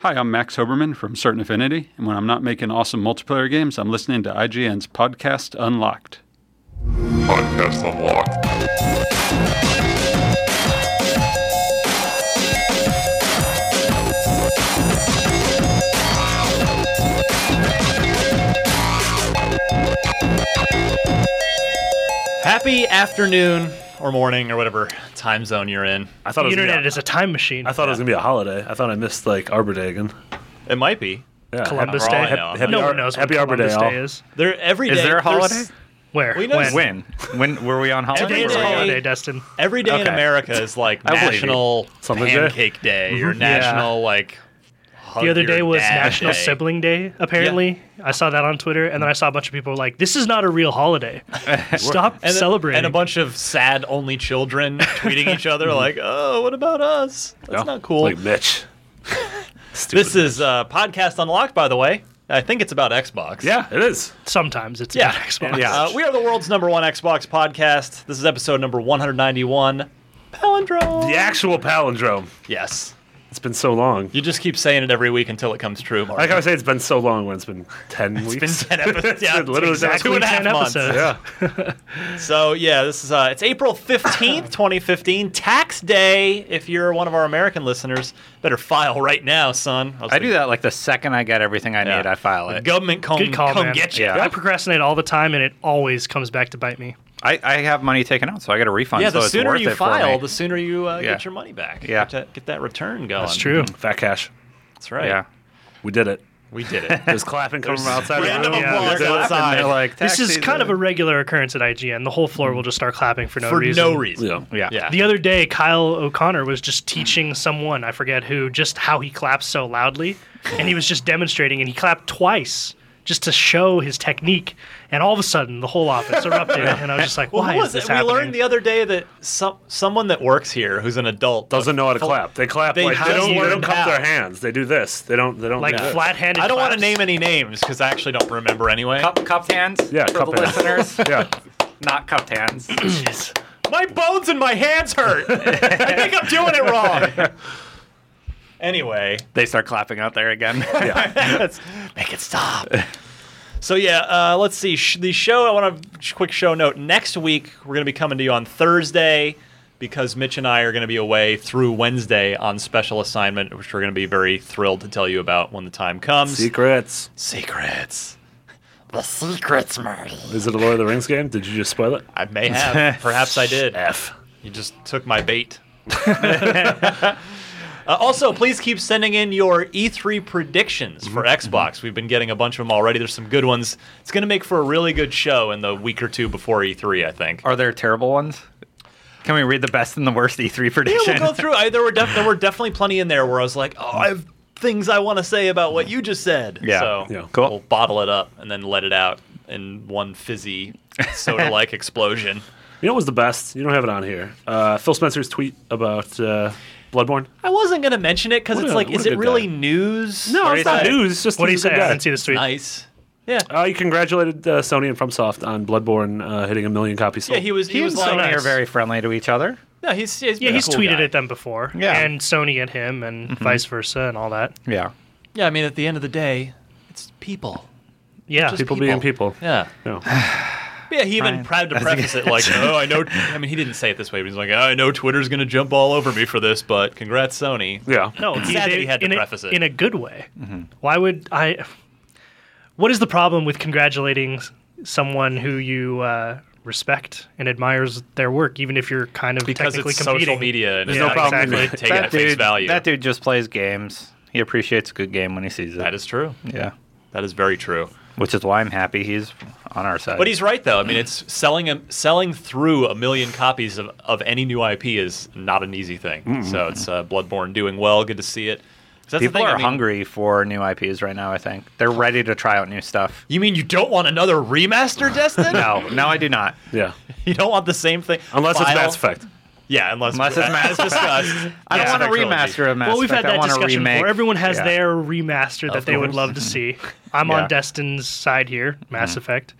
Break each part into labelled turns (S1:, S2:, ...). S1: Hi, I'm Max Hoberman from Certain Affinity, and when I'm not making awesome multiplayer games, I'm listening to IGN's Podcast Unlocked.
S2: Podcast Unlocked.
S3: Happy afternoon or morning or whatever time zone you're in.
S4: I thought it
S5: The
S4: was gonna be
S5: internet
S4: a-
S5: is a time machine.
S4: I thought it was gonna be a holiday. I thought I missed like Arbor Day again.
S3: It might be.
S4: Yeah,
S5: Columbus
S3: for all
S5: Day.
S3: I know.
S4: Happy
S5: no
S4: Ar-
S5: one knows
S4: Happy
S5: what
S4: Arbor Day,
S5: Columbus
S4: all.
S5: Day is.
S3: There every
S6: Is
S3: day-
S6: there
S3: there's-
S6: a holiday?
S5: Where?
S3: We know it's-
S5: when?
S6: When? When were we on holiday?
S5: Today is
S3: Every day. Oh,
S5: holiday, Dustin.
S3: Every day in
S6: Okay.
S3: America is like
S6: believe you.
S3: National
S4: Something's there.
S3: Pancake Day, or
S6: Mm-hmm.
S3: National like. hug
S5: The other
S3: your
S5: day was
S3: dad
S5: National
S3: day.
S5: Sibling Day. Apparently, I saw that on Twitter, and then I saw a bunch of people were like, "This is not a real holiday. Stop
S3: And then-
S5: celebrating."
S3: And a bunch of sad only children tweeting each other
S6: Mm-hmm.
S3: like, "Oh, what about us? That's
S6: Oh,
S4: No,
S3: not cool."
S4: Like Mitch. Stupid.
S3: this is uh, podcast unlocked, by the way. I think it's about Xbox.
S4: yeah, it is.
S5: Sometimes it's
S3: Yeah.
S5: yeah. Xbox.
S4: Yeah.
S3: Uh, we are the world's number one Xbox podcast. This is episode number 191. Palindrome.
S4: The actual palindrome.
S3: Yes.
S4: It's been so long.
S3: You just keep saying it every week until it comes true, Mark.
S4: Like I say, it's been so long when it's been ten weeks.
S3: Ten episodes. Yeah,
S4: been literally
S3: exactly two and a half
S5: 10
S3: months.
S5: episodes.
S4: yeah,
S3: So yeah, this is uh, it's April fifteenth, twenty fifteen, tax day. If you're one of our American listeners, better file right now, son. was
S6: I do
S3: like,
S6: that like the second I get everything I
S3: yeah.
S6: need, I file
S3: The
S6: it.
S3: government come,
S5: Good call,
S3: come
S5: man.
S3: get you.
S6: Yeah.
S5: I procrastinate all the time, and it always comes back to bite me.
S6: I, I have money taken out, so I get a refund.
S3: Yeah,
S6: so
S3: the
S6: it's
S3: sooner
S6: worth
S3: you
S6: it
S3: file,
S6: for me.
S3: the sooner you uh,
S6: Yeah.
S3: get your money back.
S6: Yeah.
S3: Get that, get that return going.
S5: It's true.
S4: fat cash.
S3: That's right.
S6: Yeah.
S4: We did it.
S3: We did it.
S4: There's clapping coming from outside. the
S3: Random
S4: room.
S5: Yeah,
S3: applause
S4: Yeah.
S3: outside.
S6: They're like,
S5: This is
S6: "Taxi,
S5: kind of
S6: uh,
S5: a regular occurrence at IGN. The whole floor will just start clapping for no
S3: For
S5: reason.
S3: no reason.
S4: Yeah.
S6: yeah.
S3: Yeah.
S5: The other day, Kyle O'Connor was just teaching someone, I forget who, just how he claps so loudly. And he was just demonstrating, and he clapped twice just to show his technique. And all of a sudden, the whole office erupted. And I was just like,
S3: Well,
S5: why
S3: who
S5: is
S3: was
S5: this
S3: it?
S5: happening?
S3: We learned the other day that some someone that works here who's an adult
S4: Doesn't know how to
S3: Full-
S4: clap. They clap
S3: They
S4: like
S3: just
S4: they don't. They
S3: learned
S4: don't cup
S3: how.
S4: their hands. They do this. They don't. They don't.
S5: like
S4: do this.
S5: flat handed.
S3: I don't want to name any names because I actually don't remember anyway.
S6: cup, cupped hands
S4: Yeah,
S6: for
S4: cup
S6: the
S4: hands.
S6: listeners.
S4: Yeah.
S6: Not cupped hands.
S3: My bones and my hands hurt. I think I'm doing it wrong. Anyway,
S6: they start clapping out there again.
S3: that's- make it stop. So yeah, uh, let's see. Sh- the show. I want a quick show note. Next week we're going to be coming to you on Thursday because Mitch and I are going to be away through Wednesday on special assignment, which we're going to be very thrilled to tell you about when the time comes.
S4: Secrets.
S3: Secrets.
S4: Is it a Lord of the Rings game? Did you just spoil it?
S3: I may have. Perhaps I did. F. You just took my bait. Uh, also, please keep sending in your E3 predictions for Xbox. We've been getting a bunch of them already. There's some good ones. It's going to make for a really good show in the week or two before E3, I think.
S6: Are there terrible ones? Can we read the best and the worst E3
S3: Yeah,
S6: prediction?
S3: we'll go through. I, there were def- there were definitely plenty in there where I was like, oh, I have things I want to say about what you just said.
S6: Yeah.
S3: So
S4: Yeah.
S6: Cool.
S3: we'll bottle it up and then let it out in one fizzy soda-like explosion.
S4: You know what was the best? You don't have it on here. Uh, Phil Spencer's tweet about uh, Bloodborne.
S3: I wasn't gonna mention it because
S4: What
S3: it's
S4: a-
S3: like,
S4: what
S3: is
S4: a
S3: it
S4: good
S3: really
S4: guy.
S3: news?
S4: No,
S3: Or
S4: it's
S3: is
S4: not
S3: it
S4: news. It's just
S5: What do you
S4: he's a
S5: say?
S4: good
S5: I
S4: guy.
S5: didn't see this tweet.
S3: Nice. Yeah.
S4: Uh, he congratulated uh, Sony and FromSoft on Bloodborne uh, hitting a million copies sold.
S3: yeah, he was. He,
S6: You
S3: was
S6: and
S3: like,
S6: Sony
S5: nice.
S6: are very friendly to each other.
S3: no, he's, he's
S5: Yeah,
S3: been a
S5: he's
S3: cool
S5: tweeted
S3: guy.
S5: at them before.
S6: Yeah.
S5: And Sony at him, and vice versa, and all that.
S6: Yeah.
S3: Yeah, I mean, at the end of the day, it's people.
S5: Yeah.
S4: people, being people.
S3: Yeah.
S4: No.
S3: But yeah, he even
S6: Fine.
S3: proud to preface it like, oh, I know. I mean, he didn't say it this way, but he's like, oh, I know Twitter's gonna jump all over me for this, but congrats, Sony.
S4: Yeah.
S5: No,
S3: It's
S5: he-
S3: sad that
S5: they-
S3: he had to
S5: in a-
S3: preface it. Mm-hmm.
S5: in a good way. Why would I? What is the problem with congratulating s- someone who you uh, respect and admires their work, even if you're kind of
S3: Because
S5: technically
S3: it's
S5: competing?
S3: social media and it's
S5: Yeah,
S3: not
S5: problem.
S3: exactly
S5: That
S3: taken at face
S6: dude,
S3: value.
S6: that dude just plays games. He appreciates a good game when he sees it.
S3: That is true.
S6: yeah.
S3: That is very true.
S6: Which is why I'm happy he's on our side.
S3: But he's right though. I mean, it's selling a, selling through a million copies of, of any new IP is not an easy thing.
S6: Mm-hmm.
S3: So it's uh, Bloodborne doing well. Good to see it. 'Cause that's the
S6: People
S3: thing,
S6: are
S3: I mean-
S6: hungry for new IPs right now, I think. They're ready to try out new stuff.
S3: You mean you don't want another remaster, Destin?
S6: No, no, I do not.
S4: Yeah.
S3: you don't want the same thing.
S4: Unless
S3: File?
S4: it's Mass Effect.
S3: Yeah, unless,
S6: Unless it's Mass
S3: as discussed.
S6: I don't
S3: Mass
S6: want a
S3: Effect trilogy.
S6: remaster of Mass
S5: well, we've
S6: Effect.
S5: had
S6: I
S5: that
S6: want a
S5: discussion
S6: remake.
S5: before. Everyone has
S6: Yeah.
S5: their remaster that
S6: Of
S5: they would
S6: course.
S5: love to see. I'm
S6: Yeah. Mm-hmm.
S5: on Destin's side here, Mass Effect.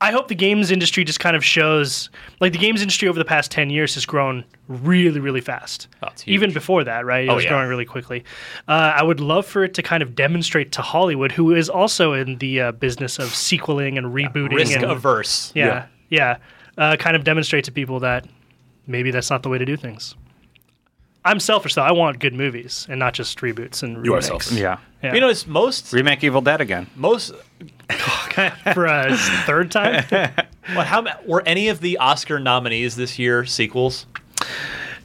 S5: I hope the games industry just kind of shows like the games industry over the past 10 years has grown really really fast.
S6: Oh,
S3: it's huge.
S5: Even before that, right? It
S3: Oh,
S5: was
S3: yeah.
S5: growing really quickly. Uh, I would love for it to kind of demonstrate to Hollywood who is also in the uh, business of sequeling and rebooting
S3: risk
S5: and
S3: averse.
S5: yeah. Yeah. Uh, kind of demonstrate to people that maybe that's not the way to do things. I'm selfish though. I want good movies and not just reboots and
S4: You are
S5: remakes.
S4: selfish.
S6: Yeah.
S5: Yeah.
S3: You know, it's most
S6: Remake Evil Dead again.
S3: most.
S5: for a third time.
S3: Well, how ma- were any of the Oscar nominees this year sequels?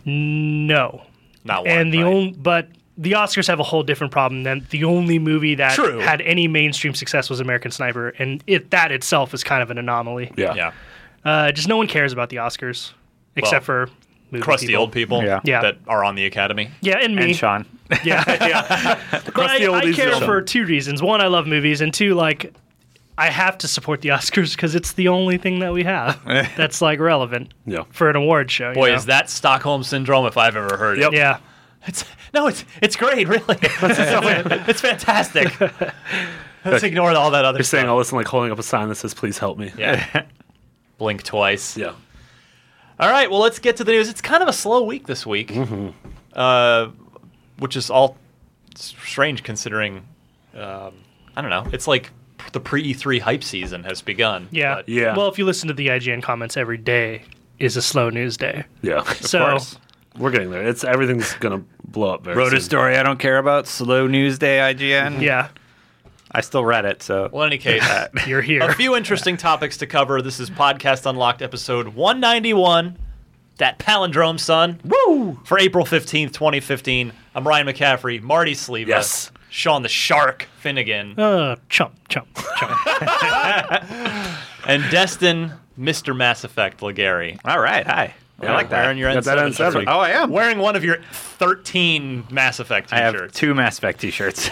S5: No.
S3: Not one.
S5: and the
S3: right?
S5: only but the Oscars have a whole different problem than the only movie that
S3: True.
S5: had any mainstream success was American Sniper, and it that itself is kind of an anomaly.
S4: Yeah.
S3: yeah,
S5: Uh, just no one cares about the Oscars except for movie
S3: crusty
S5: people.
S3: old people
S6: Yeah.
S5: Yeah.
S3: that are on the Academy.
S5: Yeah, and me.
S6: And Sean.
S5: Yeah, But I,
S4: crusty
S5: I
S4: oldies
S5: care
S4: zone.
S5: for two reasons. One, I love movies, and two, like I have to support the Oscars because it's the only thing that we have that's like relevant
S4: Yeah.
S5: for an award show. you
S3: Boy,
S5: know?
S3: is that Stockholm syndrome if I've ever heard it.
S5: yeah.
S3: It's, no, it's it's great, really. It's, so- it's fantastic. Let's ignore all that other
S4: You're
S3: stuff.
S4: saying all this and like holding up a sign that says, please help me.
S3: Yeah. Blink twice.
S4: Yeah.
S3: All right, well, let's get to the news. It's kind of a slow week this week,
S4: Mm-hmm.
S3: uh, which is all s- strange considering. Um, I don't know. It's like p- the pre E3 hype season has begun.
S5: Yeah.
S3: but-
S4: Yeah.
S5: Well, if you listen to the IGN comments every day is a slow news day.
S4: Yeah.
S5: so
S3: course.
S4: We're getting there. It's everything's gonna blow up very
S6: Wrote a
S4: soon.
S6: story I don't care about. Slow News Day IGN.
S5: yeah,
S6: I still read it, so.
S3: Well, in any case,
S5: you're
S3: a
S5: here.
S3: few interesting topics to cover. This is Podcast Unlocked, episode 191. That palindrome, son. Woo! For April 15th, 2015. I'm Ryan McCaffrey, Marty Sleva,
S4: Yes.
S3: Sean the Shark Finnegan,
S6: Oh.
S5: Uh, chump, chump, chump.
S3: and Destin, Mr. Mass Effect Legary.
S6: All right. Hi. I like that.
S3: Wearing your
S4: Got
S3: N7
S4: that N7.
S3: shirt.
S4: Perfect.
S6: oh, I am.
S3: Wearing one of your 13 Mass Effect
S6: I have
S3: t-shirts.
S6: two Mass Effect T-shirts.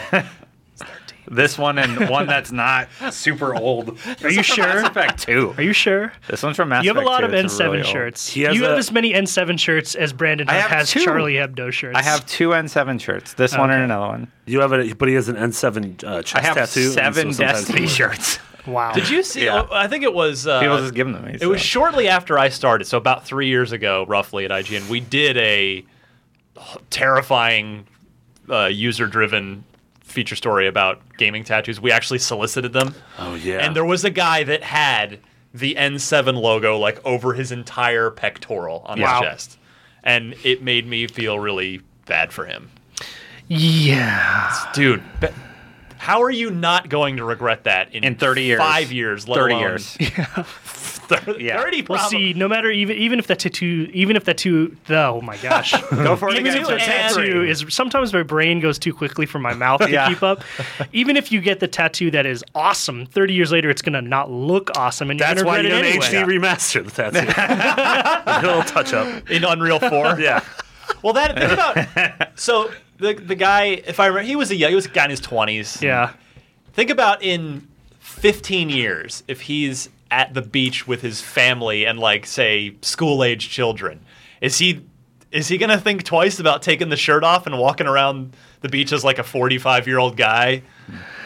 S6: this one and one that's not super old.
S5: Are you sure?
S6: Mass Effect Two.
S5: Are you sure?
S6: This one's from Mass.
S5: You have a
S6: Effect
S5: lot
S6: 2.
S5: of
S6: It's
S5: N7
S6: really old.
S5: shirts.
S4: He has
S5: You have
S4: a-
S5: as many N7 shirts as Brandon
S6: I
S5: Huff
S6: have
S5: has
S6: two.
S5: Charlie Hebdo shirts.
S6: I have two N7 shirts. This one
S5: Okay.
S6: and another one.
S4: You have a but he has an N7 uh, chest
S6: I have
S4: tattoo. and
S6: seven
S4: so sometimes
S6: Destiny
S4: people-
S6: shirts.
S5: Wow.
S3: Did you see?
S6: Yeah.
S3: I think it was. Uh,
S6: People just give them to me.
S3: It was shortly after I started, so about three years ago, roughly at IGN, we did a terrifying uh, user-driven feature story about gaming tattoos. We actually solicited them,
S4: Oh yeah.
S3: and there was a guy that had the N7 logo like over his entire pectoral on
S5: Wow.
S3: his chest, and it made me feel really bad for him.
S5: Yeah.
S3: Dude, be- how are you not going to regret that in,
S6: In 30 years.
S3: Five years, let
S6: thirty
S3: alone
S6: years.
S3: 30,
S6: Yeah.
S3: 30
S5: Well,
S3: probably.
S5: see, no matter even even if that tattoo, even if that tattoo, oh my gosh,
S6: Go for it
S5: even
S6: again.
S5: if the tattoo is sometimes my brain goes too quickly for my mouth to
S6: Yeah.
S5: keep up. Even if you get the tattoo that is awesome, thty years later it's gonna not look awesome, and
S4: That's
S5: you're gonna
S4: why you
S5: regret
S4: did
S5: it
S4: an
S5: anyway.
S4: HD remaster of the tattoo. a little touch up.
S3: in Unreal Four.
S4: Yeah.
S3: Well, that think about so the the guy, if I remember, he was a young, he was a guy in his twenties.
S5: Yeah,
S3: Think about in fifteen years if he's at the beach with his family and like say school age children, is he? Is he gonna think twice about taking the shirt off and walking around the beach as like a forty-five-year-old guy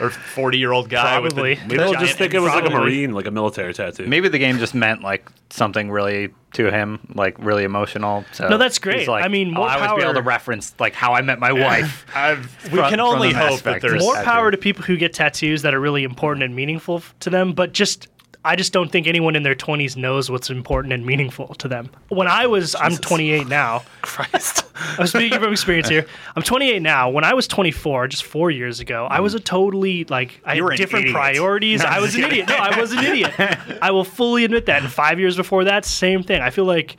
S3: or forty-year-old guy?
S5: Probably.
S3: With the-
S5: Maybe
S4: Maybe I'll
S3: giant
S4: just think it was like a
S5: probably-
S4: marine, like a military tattoo.
S6: Maybe the game just meant like something really to him, like really emotional. So
S5: No, that's
S6: he's
S5: great.
S6: like,
S5: I mean,
S6: "Oh,
S5: more
S6: I always be able to
S5: power-
S6: reference like how I met my wife.
S3: I've, we
S6: From-
S3: can
S6: from
S3: only
S6: the Mass
S3: hope that
S6: Effect.
S3: there's
S5: more
S6: Tattoo.
S5: power to people who get tattoos that are really important and meaningful f- to them, but just. I just don't think anyone in their 20s knows what's important and meaningful to them. When I was, I'm 28 now.
S4: Christ.
S5: I'm speaking from experience here. I'm 28 now. When I was 24, just four years ago, I was a totally like I
S6: Mm. You were
S5: had
S6: an
S5: different
S6: idiot.
S5: priorities. I was an idiot. No, I was an idiot. I will fully admit that. And five years before that, same thing. I feel like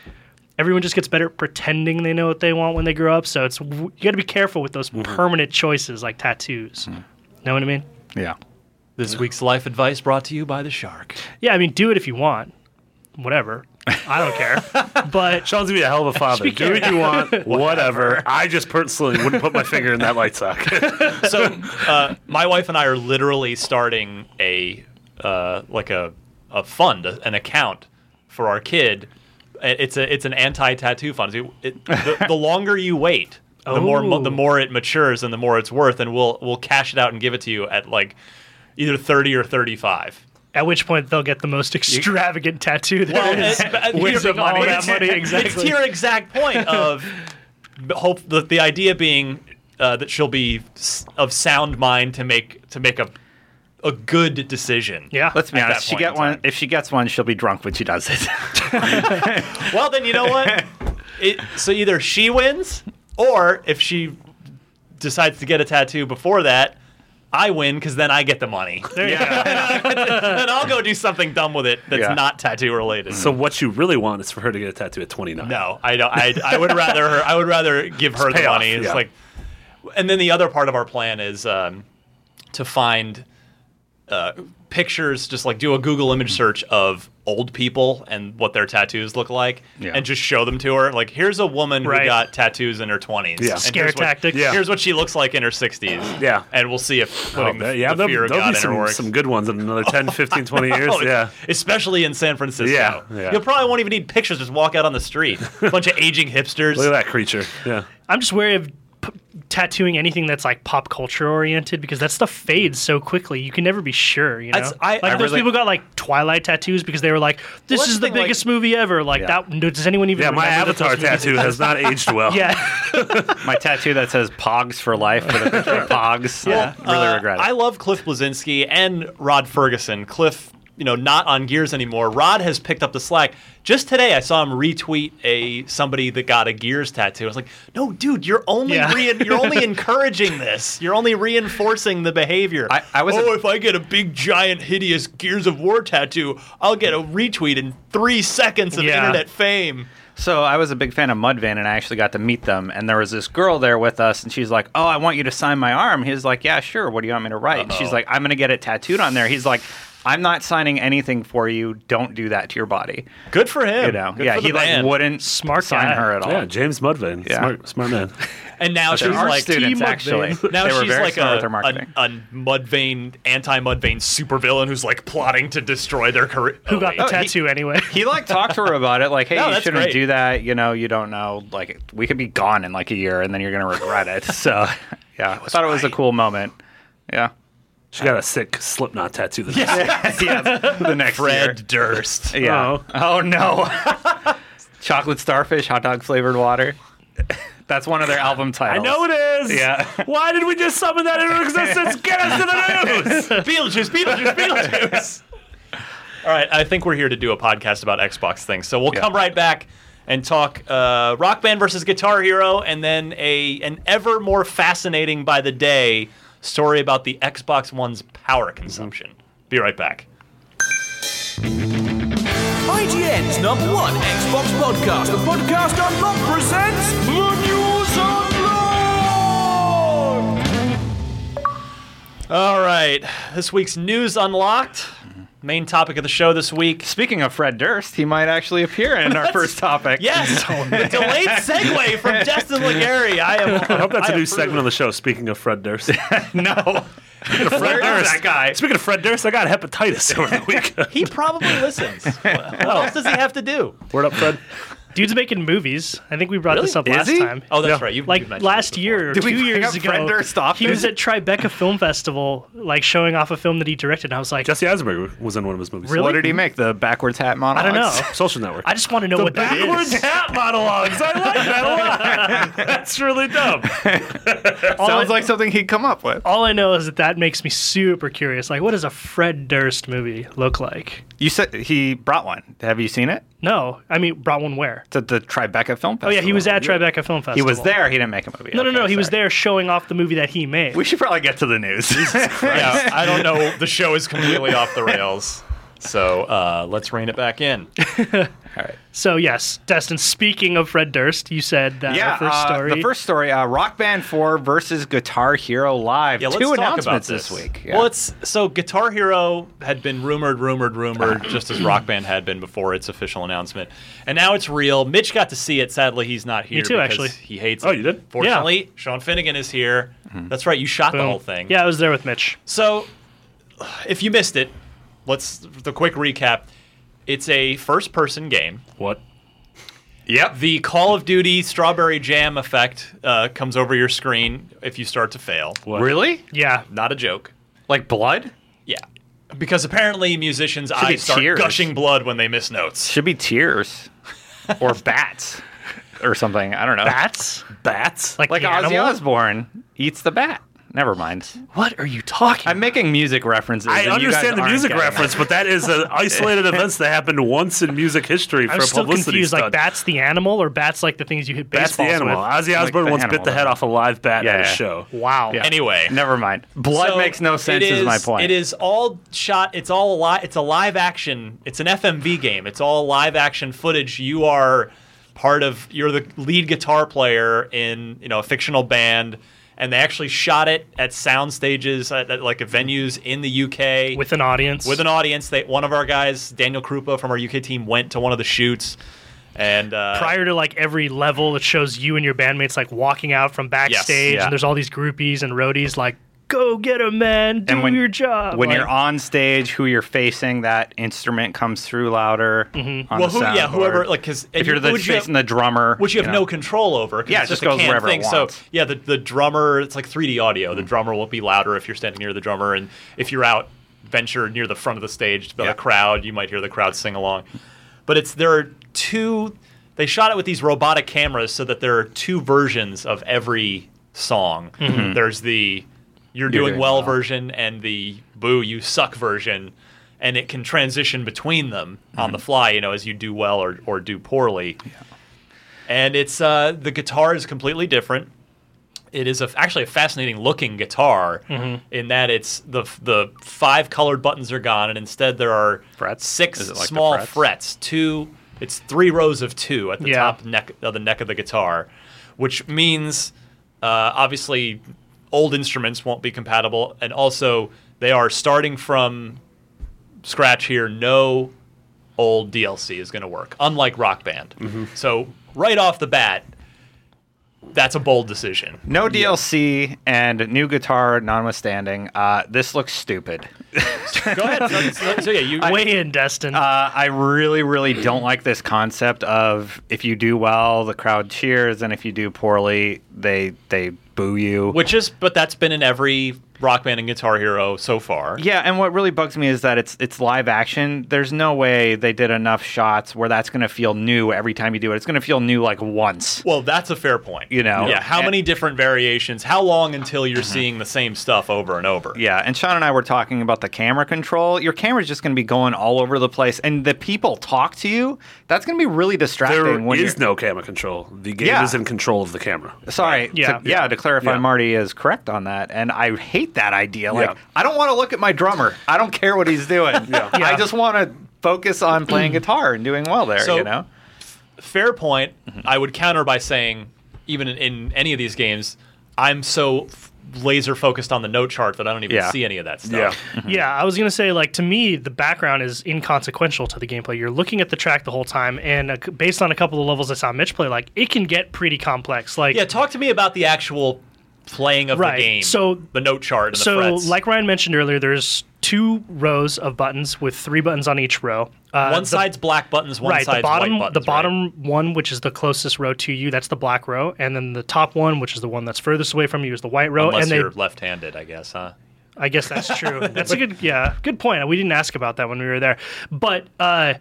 S5: everyone just gets better at pretending they know what they want when they grow up. So it's you got to be careful with those
S6: Mm-hmm.
S5: permanent choices like tattoos. Know what I mean?
S6: yeah.
S3: This week's life advice brought to you by the shark.
S5: Yeah, I mean do it if you want. Whatever. I don't care. But
S4: Sean's gonna be a hell of a father.
S5: Speaking
S4: Do what you want, whatever. I just personally wouldn't put my finger in that light socket.
S3: So, uh, my wife and I are literally starting a uh, like a a fund, a- an account for our kid. I- It's a it's an anti tattoo fund. It- it- the, the longer you wait, the more mo-
S5: Oh.
S3: the more it matures and the more it's worth, and we'll we'll cash it out and give it to you at like either thirty or thirty five.
S5: At which point they'll get the most extravagant tattoo there
S3: Well,
S6: uh,
S5: is.
S3: it- it-
S5: with
S3: here's
S5: all
S3: the
S5: that
S3: money.
S5: money,
S3: It's
S5: exactly.
S3: to your exact point of b- hope. The, the idea being uh, that she'll be s- of sound mind to make to make a a good decision.
S5: Yeah.
S6: Let's be
S3: At that
S6: honest. She
S3: point in
S6: get one.
S3: time.
S6: If she gets one, she'll be drunk when she does it.
S3: Well, then you know what? It, so either she wins, or if she decides to get a tattoo before that, I win because then I get the money.
S5: There you go.
S3: then I'll go do something dumb with it that's
S6: Yeah.
S3: not tattoo related.
S4: So what you really want is for her to get a tattoo at 29.
S3: No, I don't. I, I would rather her. I would rather give her the
S4: pay off,
S3: money. It's
S4: yeah.
S3: like, and then the other part of our plan is um, to find uh, pictures. Just like do a Google image search of old people and what their tattoos look like,
S6: Yeah.
S3: and just show them to her. Like, here's a woman
S5: Right.
S3: who got tattoos in her twenties.
S4: Yeah.
S3: and
S5: Scare
S3: here's what-
S5: tactics.
S4: Yeah.
S3: Here's what she looks like in her sixties.
S4: Yeah.
S3: and we'll see if
S4: Oh,
S3: putting
S4: that-
S3: the,
S4: yeah,
S3: the
S4: there'll,
S3: fear of
S4: there'll
S3: God
S4: be
S3: in her
S4: some,
S3: works.
S4: some good ones in another 10, 15, 20 years.
S3: Oh,
S4: yeah.
S3: especially in San Francisco.
S4: Yeah, yeah.
S3: You probably won't even need pictures. Just walk out on the street. A bunch of aging hipsters.
S4: Look at that creature. Yeah.
S5: I'm just wary of p- tattooing anything that's like pop culture oriented because that stuff fades so quickly. You can never be sure. You know,
S3: That's- I-
S5: like
S3: I
S5: those
S3: really-
S5: people got like Twilight tattoos because they were like,
S3: Well,
S5: "This
S3: that's
S5: is the
S3: the thing, like-
S5: biggest movie ever." Like
S6: Yeah.
S5: that. no- Does anyone even?
S4: Yeah, my
S5: remember that
S4: avatar
S5: those movies
S4: tattoo has not aged well.
S5: exist? Yeah,
S6: My tattoo that says "Pogs for life" with a picture of Pogs. Yeah, really
S3: Uh,
S6: regret it.
S3: I love Cliff Blazinski and Rod Ferguson. Cliff, you know, not on Gears anymore. Rod has picked up the slack. Just today, I saw him retweet a somebody that got a Gears tattoo. I was like, "No, dude, you're only
S5: Yeah.
S3: re- you're only encouraging this. You're only reinforcing the behavior."
S6: I- I was a-
S3: oh, if I get a big, giant, hideous Gears of War tattoo, I'll get a retweet in three seconds of
S5: Yeah.
S3: internet fame.
S6: So I was a big fan of Mudvayne, and I actually got to meet them. And there was this girl there with us, and she's like, "Oh, I want you to sign my arm." He's like, "Yeah, sure. What do you want me to write?" And she's
S3: Uh-huh.
S6: like, "I'm gonna get it tattooed on there." He's like, "I'm not signing anything for you. Don't do that to your body."
S3: Good for him.
S6: You know?
S3: Good
S6: yeah,
S3: for the
S6: he
S3: band.
S6: like wouldn't
S5: Smart
S6: sign
S5: guy.
S6: her at all.
S4: Yeah, James Mudvayne.
S6: Yeah.
S4: Smart, smart man.
S3: And now she's
S6: There are
S3: like
S6: students
S5: Mudvayne.
S6: actually.
S3: Now
S6: they were
S3: she's
S6: very
S3: like
S6: smart
S3: a,
S6: with their marketing.
S3: a, a Mudvayne, anti Mudvayne supervillain who's like plotting to destroy their career.
S5: who got the
S6: Oh, he-
S5: tattoo anyway?
S6: he like talked to her about it, like, "Hey,
S3: No,
S6: you
S3: that's
S6: shouldn't
S3: great.
S6: do that. You know, you don't know. Like, we could be gone in like a year, and then you're gonna regret it." So, yeah, I thought it was a cool moment. Yeah.
S4: She got a sick Slipknot tattoo. The next year.
S6: yeah, the next year.
S3: Fred Durst?
S6: Yeah. Oh, no. Chocolate starfish, hot dog flavored water. That's one of their album
S4: I
S6: titles.
S4: know it is.
S6: Yeah.
S4: Why did we just summon that into existence? Get us to the news.
S3: Beetlejuice, Beetlejuice, Beetlejuice. All right, I think we're here to do a podcast about Xbox things, so we'll
S6: Yeah.
S3: come right back and talk uh, Rock Band versus Guitar Hero, and then a an ever more fascinating by the day story about the Xbox One's power consumption. Be right back.
S7: IGN's number one Xbox podcast, the podcast unlocked presents the news unlocked.
S3: All right, this week's news unlocked. Main topic of the show this week.
S6: Speaking of Fred Durst, he might actually appear in our first topic.
S3: Yes,
S4: Oh,
S3: the delayed segue from Justin Legary. I am.
S4: I hope that's a new segment on the show. Speaking of Fred Durst.
S6: No.
S4: Fred
S6: Where is
S4: Durst.
S6: that guy?
S4: Speaking of Fred Durst, I got hepatitis over the weekend.
S3: He probably listens. What what else does he have to do?
S4: Word up, Fred.
S5: Dude's making movies. I think we brought this up
S6: Is
S5: last
S6: he?
S5: time.
S3: Oh, that's right. You
S5: like last year, or
S6: Did we
S5: two
S6: bring
S5: years
S6: up Fred
S5: ago,
S6: Durst off
S5: he
S6: this?
S5: was at Tribeca Film Festival, like showing off a film that he directed. And I was like,
S4: Jesse Eisenberg was in one of his movies.
S5: Really?
S6: What did he make? The backwards hat
S5: I
S6: monologue?
S5: don't know.
S4: Social Network.
S5: I just want to know
S4: the
S5: what that is.
S4: backwards hat monologues. I like that a lot. That's really dumb.
S6: Sounds like something he'd come up with.
S5: All I know is that that makes me super curious. Like, what does a Fred Durst movie look like?
S6: You said he brought one. Have you seen it?
S5: No, I mean, brought one where?
S6: It's at the Tribeca Film Festival.
S5: Oh yeah, he was at Tribeca Film Festival.
S6: He was there. He didn't make a movie.
S5: No, no, no. He was there showing off the movie that he made.
S6: We should probably get to the news.
S3: Yeah, I don't know. The show is completely off the rails. So uh, let's rein it back in.
S5: so yes, Destin. Speaking of Fred Durst, you said that
S6: Yeah,
S5: our first
S6: uh,
S5: story.
S6: the first story: uh, Rock Band Four versus Guitar Hero Live.
S3: Yeah, let's
S6: Two
S3: talk
S6: announcements
S3: about this,
S6: week.
S3: Well, it's so Guitar Hero had been rumored, rumored, rumored, just as Rock Band had been before its official announcement, and now it's real. Mitch got to see it. Sadly, he's not here.
S5: too,
S3: because
S5: actually.
S3: He hates it.
S4: Oh, you did?
S3: Fortunately, Sean Finnegan is here. That's right. You shot the
S5: Boom.
S3: whole thing.
S5: Yeah, I was there with Mitch.
S3: So, if you missed it, let's the quick recap. It's a first-person game.
S4: What?
S3: Yep. The Call of Duty Strawberry Jam effect uh, comes over your screen if you start to fail.
S4: What?
S6: really
S5: Yeah,
S3: Not a joke.
S6: like blood.
S3: Yeah. because apparently musicians'
S6: be
S3: eyes start
S6: tears.
S3: gushing blood when they miss notes.
S6: Should be tears or bats or something. I don't know.
S5: Bats?
S4: Bats?
S5: Like,
S6: Like
S5: the
S6: Ozzy
S5: animal?
S6: Osbourne eats the bat. Never mind.
S5: What are you talking?
S6: I'm making music references.
S4: I
S6: and you guys
S4: understand the
S6: aren't
S4: music
S6: getting it.
S4: reference, but that is an isolated events that happened once in music history for
S5: I'm
S4: a
S5: still
S4: publicity
S5: confused.
S4: stunt.
S5: Like bats the animal or bats like the things you hit
S4: That's the
S5: baseballs
S4: animal.
S5: with?
S4: Ozzy Osbourne
S6: the
S4: once bit
S6: animal,
S4: the head
S6: though.
S4: off a live bat at a
S6: Yeah.
S4: show.
S5: Wow.
S6: Yeah.
S3: Anyway,
S6: Never mind. Blood
S3: So,
S6: makes no sense.
S3: it
S6: Is, my point.
S3: It is all shot. It's all li- It's a live action. It's an FMV game. It's all live action footage. You are part of. You're the lead guitar player in you know a fictional band, and they actually shot it at sound stages at, at, like venues in the UK
S5: With an audience.
S3: with an audience. That one of our guys, Daniel Krupa from our UK team, went to one of the shoots, and uh,
S5: Prior to like every level, it shows you and your bandmates like walking out from backstage,
S6: yeah.
S5: and there's all these groupies and roadies like, "Go get 'em, man! Do
S6: And when-
S5: your job."
S6: when
S5: Like,
S6: you're on stage, who you're facing, that instrument comes through louder. On
S3: Mm-hmm. Well,
S6: the
S3: who, yeah,
S6: soundboard.
S3: whoever, like, because
S6: if you're the, facing the drummer,
S3: which you have
S6: know.
S3: no control over. 'cause
S6: Yeah,
S3: it's
S6: it just
S3: a
S6: goes
S3: canned
S6: wherever it
S3: thing. So
S6: wants. Hmm.
S3: yeah, the, the drummer, it's like 3D audio. The drummer will be louder if you're standing near the drummer, and if you're out venture near the front of the stage by
S6: Yeah.
S3: the crowd, you might hear the crowd sing along. But it's there are two. They shot it with these robotic cameras so that there are two versions of every song. There's the you're, doing,
S6: Mm-hmm. doing
S3: well,
S6: well.
S3: version and the boo you suck version, and it can transition between them on
S6: Mm-hmm.
S3: the fly. You know, as you do well or or do poorly and it's uh, the guitar is completely different. It is a, actually a fascinating looking guitar
S6: Mm-hmm.
S3: in that it's the f- the five colored buttons are gone, and instead there are
S6: Frets?
S3: six
S6: Is it like the
S3: small frets?
S6: frets?
S3: Two, it's three rows of two at the
S5: Yeah.
S3: top neck of the neck of the guitar, which means uh, obviously old instruments won't be compatible, and also they are starting from scratch here. No old DLC is going to work, unlike Rock Band. So right off the bat, that's a bold decision.
S6: No DLC and new guitar notwithstanding, uh, this looks stupid.
S3: Go ahead. So, so yeah, you
S5: way in Destin,
S6: Uh, I really, really don't like this concept of if you do well, the crowd cheers, and if you do poorly, they they boo you.
S3: which is, but that's been in every Rock Band and Guitar Hero so far.
S6: Yeah, and what really bugs me is that it's it's live action. There's no way they did enough shots where that's going to feel new every time you do it. It's going to feel new like once.
S3: Well, that's a fair point.
S6: You know.
S3: yeah. How
S6: And- Mm-hmm.
S3: many different variations? How long until you're seeing the same stuff over and over?
S6: Yeah, and Sean and I were talking about the camera control. Your camera's just going to be going all over the place, and the people talk to you. That's going to be really distracting.
S4: There is
S6: when you're-
S4: no camera control. The game
S6: Yeah.
S4: is in control of the camera.
S6: Sorry,
S5: Yeah.
S6: yeah, to, yeah. To clarify,
S4: Yeah.
S6: Marty is correct on that, and I hate that idea. Like,
S4: Yeah.
S6: I don't want to look at my drummer. I don't care what he's doing. I just want to focus on playing guitar and doing well there.
S3: So-
S6: you know,
S3: fair point.
S6: Mm-hmm.
S3: I would counter by saying, even in, in any of these games, I'm so f- laser focused on the note chart that I don't even
S6: Yeah.
S3: see any of that
S4: Yeah.
S3: stuff.
S5: Yeah,
S6: mm-hmm.
S5: I was gonna say like to me the background is inconsequential to the gameplay. You're looking at the track the whole time, and uh, c- based on a couple of levels I saw Mitch play, like it can get pretty complex. Like
S3: Yeah, talk to me about the actual playing of
S5: Right,
S3: the game.
S5: so-
S3: the note chart and
S5: so
S3: the frets.
S5: like Ryan mentioned earlier, there's two rows of buttons with three buttons on each row. Uh,
S3: one
S5: the-
S3: side's black buttons, one
S5: right,
S3: side's
S5: the bottom
S3: white buttons.
S5: the
S3: right?
S5: bottom one which is the closest row to you, that's the black row, and then the top one which is the one that's furthest away from you is the white row.
S3: Unless
S5: and they
S3: you're left-handed, I guess, huh?
S5: I guess that's true. that's a good yeah, good point. We didn't ask about that when we were there. But uh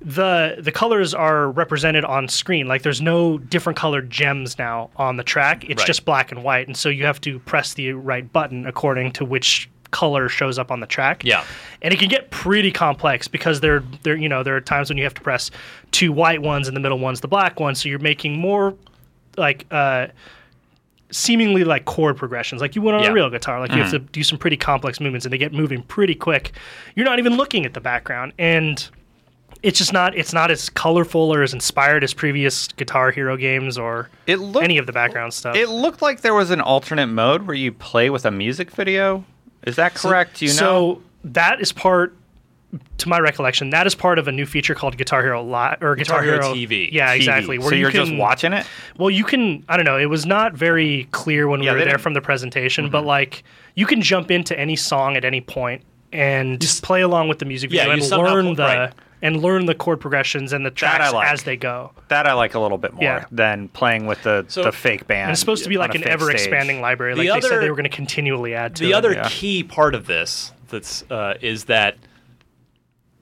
S5: the the colors are represented on screen. Like there's no different colored gems now on the track. It's
S3: Right.
S5: just black and white. And so you have to press the right button according to which color shows up on the track.
S3: Yeah.
S5: And it can get pretty complex because there there you know, there are times when you have to press two white ones and the middle one's the black one. So you're making more like uh seemingly like chord progressions. Like you would on
S3: Yeah.
S5: a real guitar. Like you have to
S6: Mm-hmm.
S5: do some pretty complex movements and they get moving pretty quick. You're not even looking at the background. And it's just not it's not as colorful or as inspired as previous Guitar Hero games or
S6: It looked-
S5: any of the background stuff.
S6: it looked like there was an alternate mode where you play with a music video. Is that correct? Do you know?
S5: so that is part to my recollection, that is part of a new feature called Guitar Hero Live or Guitar,
S3: Guitar Hero TV.
S5: Yeah,
S6: TV.
S5: exactly.
S6: so you're just
S5: can-
S6: watching it.
S5: Well, you can. I don't know. It was not very clear when we
S6: Yeah,
S5: were
S6: they
S5: there
S6: didn't- Mm-hmm.
S5: from the presentation, but like you can jump into any song at any point and just play along with the music
S3: Yeah,
S5: video
S3: you
S5: and
S3: somehow
S5: learn
S3: pl-
S5: the
S3: right.
S5: and learn the chord progressions and the tracks
S6: like.
S5: as they go.
S6: That I like a little bit more
S5: Yeah.
S6: than playing with the,
S3: So-
S6: the fake band.
S5: And it's supposed to be
S6: on
S5: like
S6: a
S5: an
S6: fake
S5: ever
S6: stage.
S5: expanding library.
S3: The
S5: Like they said,
S3: other-
S5: they were going to continually add to
S3: The
S5: it.
S3: other
S6: yeah.
S3: key part of this that's uh, is that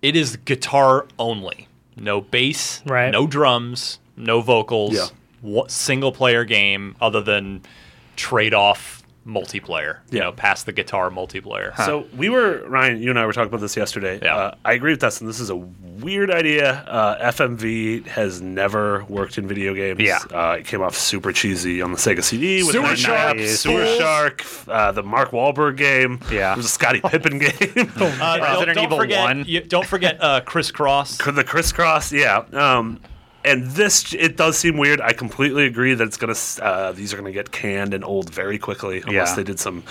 S3: it is guitar only, no bass,
S5: Right.
S3: no drums, no vocals,
S4: Yeah.
S3: Wha- single player game other than trade off multiplayer. You
S4: Yeah.
S3: know, past the guitar multiplayer.
S4: So we were Ryan, you and I were talking about this yesterday.
S3: Yeah.
S4: Uh, I agree with Dustin. This is a weird idea. Uh, FMV has never worked in video games.
S6: Yeah.
S4: uh, it came off super cheesy on the Sega CD. With
S3: Sewer
S4: Night
S3: Shark,
S4: Nights, Sewer
S3: fools.
S4: Shark, uh, the Mark Wahlberg game.
S6: Yeah.
S4: it was a Scotty Pippen game.
S3: Uh,
S6: Resident Evil
S3: forget,
S6: 1.
S3: You, don't forget uh, crisscross.
S4: the crisscross, yeah. Um, and this, it does seem weird. I completely agree that it's gonna. s- Uh, these are gonna get canned and old very quickly unless
S6: Yeah.
S4: they did some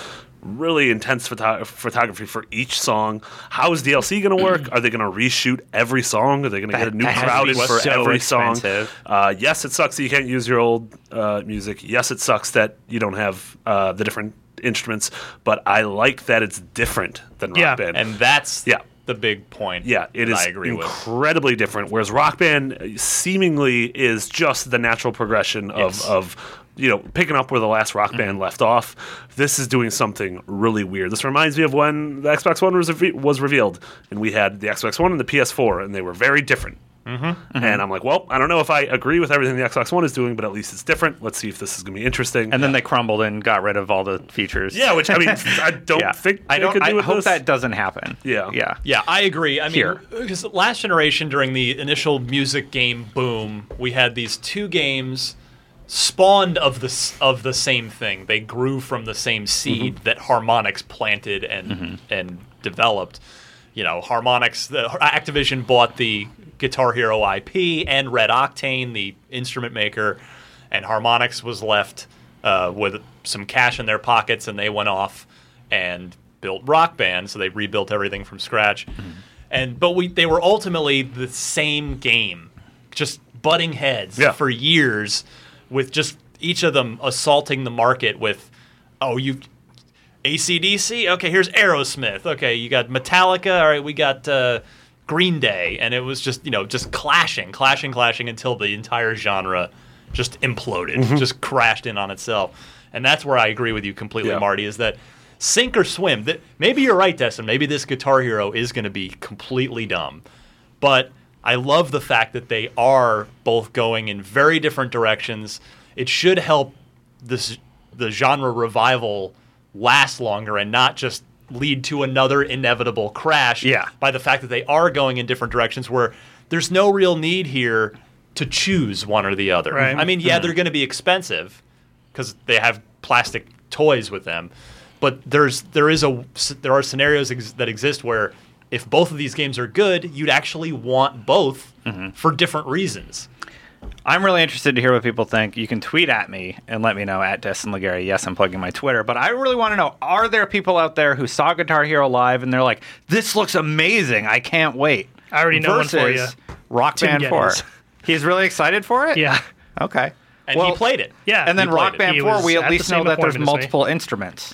S4: really intense photo- photography for each song. How is DLC gonna work? are they gonna reshoot every song? Are they gonna get a new
S6: that has to
S4: crowd
S6: be
S4: in for
S6: so
S4: every
S6: expensive.
S4: song? Uh, yes, it sucks that you can't use your old uh, music. Yes, it sucks that you don't have uh, the different instruments. But I like that it's different than Rock
S5: Yeah.
S4: Band.
S3: And that's
S4: Yeah.
S3: the big point.
S4: Yeah, it
S3: that
S4: is
S3: I agree with.
S4: incredibly different. Whereas Rock Band seemingly is just the natural progression of,
S3: Yes.
S4: of you know picking up where the last Rock Band
S6: Mm-hmm.
S4: left off. This is doing something really weird. This reminds me of when the Xbox One was, reve- was revealed, and we had the Xbox One and the PS4, and they were very different.
S6: Mm-hmm.
S4: And I'm like, well, I don't know if I agree with everything the Xbox One is doing, but at least it's different. Let's see if this is going to be interesting.
S6: And then they crumbled and got rid of all the features.
S4: yeah, which I mean, I don't
S6: Yeah.
S4: think
S6: I
S4: they
S6: don't.
S4: could do
S6: I
S4: with
S6: hope
S4: this.
S6: that doesn't happen.
S4: Yeah.
S6: yeah,
S3: Yeah, I agree. I mean,
S6: Here.
S3: because last generation during the initial music game boom, we had these two games spawned of the s- of the same thing. They grew from the same seed that Harmonix planted and and developed. You know, Harmonix, the Activision bought the Guitar Hero IP and Red Octane, the instrument maker, and Harmonix was left uh, with some cash in their pockets, and they went off and built Rock Band. So they rebuilt everything from scratch. And but we they were ultimately the same game, just butting heads
S4: Yeah.
S3: for years, with just each of them assaulting the market with, oh you. ACDC. Okay, here's Aerosmith. Okay, you got Metallica. All right, we got uh, Green Day, and it was just you know just clashing, clashing, clashing until the entire genre just imploded, just crashed in on itself. And that's where I agree with you completely,
S4: Yeah.
S3: Marty. Is that sink or swim? That maybe you're right, Destin. Maybe this Guitar Hero is going to be completely dumb, but I love the fact that they are both going in very different directions. It should help this the genre revival last longer and not just lead to another inevitable crash
S6: Yeah.
S3: by the fact that they are going in different directions where there's no real need here to choose one or the other.
S5: Right.
S3: I mean, yeah,
S5: Hmm.
S3: they're going to be expensive cuz they have plastic toys with them. But there's there is a there are scenarios ex- that exist where if both of these games are good, you'd actually want both
S5: Mm-hmm.
S3: for different reasons.
S6: I'm really interested to hear what people think. You can tweet at me and let me know at Destin Legary. Yes, I'm plugging my Twitter, but I really want to know: Are there people out there who saw Guitar Hero live and they're like, "This looks amazing! I can't wait."
S5: I already know one for
S6: Versus Rock
S5: Tim
S6: Band Four.
S5: Gettys.
S6: He's really excited for it.
S5: Yeah.
S6: Okay.
S3: And he played it.
S5: Yeah.
S6: And then
S5: he played
S6: Rock
S5: it.
S6: Band
S5: He
S6: Four,
S5: was
S6: we
S5: at
S6: at
S5: the
S6: least know
S5: same
S6: that there's
S5: appointment as me.
S6: multiple instruments.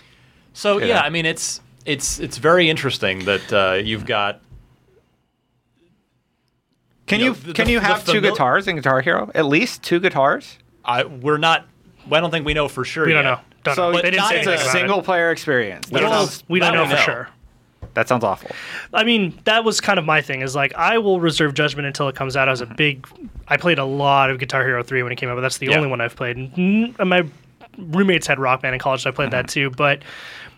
S3: So yeah.
S6: Yeah.
S3: I mean it's it's it's very interesting that uh, you've
S5: Hmm.
S3: got
S6: Can
S3: You
S6: you,
S3: know, the-
S6: can
S3: the-
S6: you
S3: the
S6: have two
S3: famil-
S6: guitars in Guitar Hero? At least two guitars.
S3: I we're not I don't think we know for sure.
S5: We don't
S3: yet.
S5: know. Don't
S6: So
S5: know. They
S3: but
S5: didn't
S3: not
S5: say
S3: in
S6: It's
S5: anything
S6: a
S5: about
S6: single player experience.
S5: it.
S6: That
S5: We don't know.
S6: sounds,
S5: We don't
S3: Now
S5: know
S3: we
S5: for
S3: know.
S5: sure.
S6: that sounds awful.
S5: I mean, that was kind of my thing. Is like I will reserve judgment until it comes out. I
S3: Mm-hmm.
S5: was a big. I played a lot of Guitar Hero three when it came out, but that's the
S3: Yeah.
S5: only one I've played. And mm, my roommates had Rock Band in college, so I played that
S3: Mm-hmm.
S5: too. But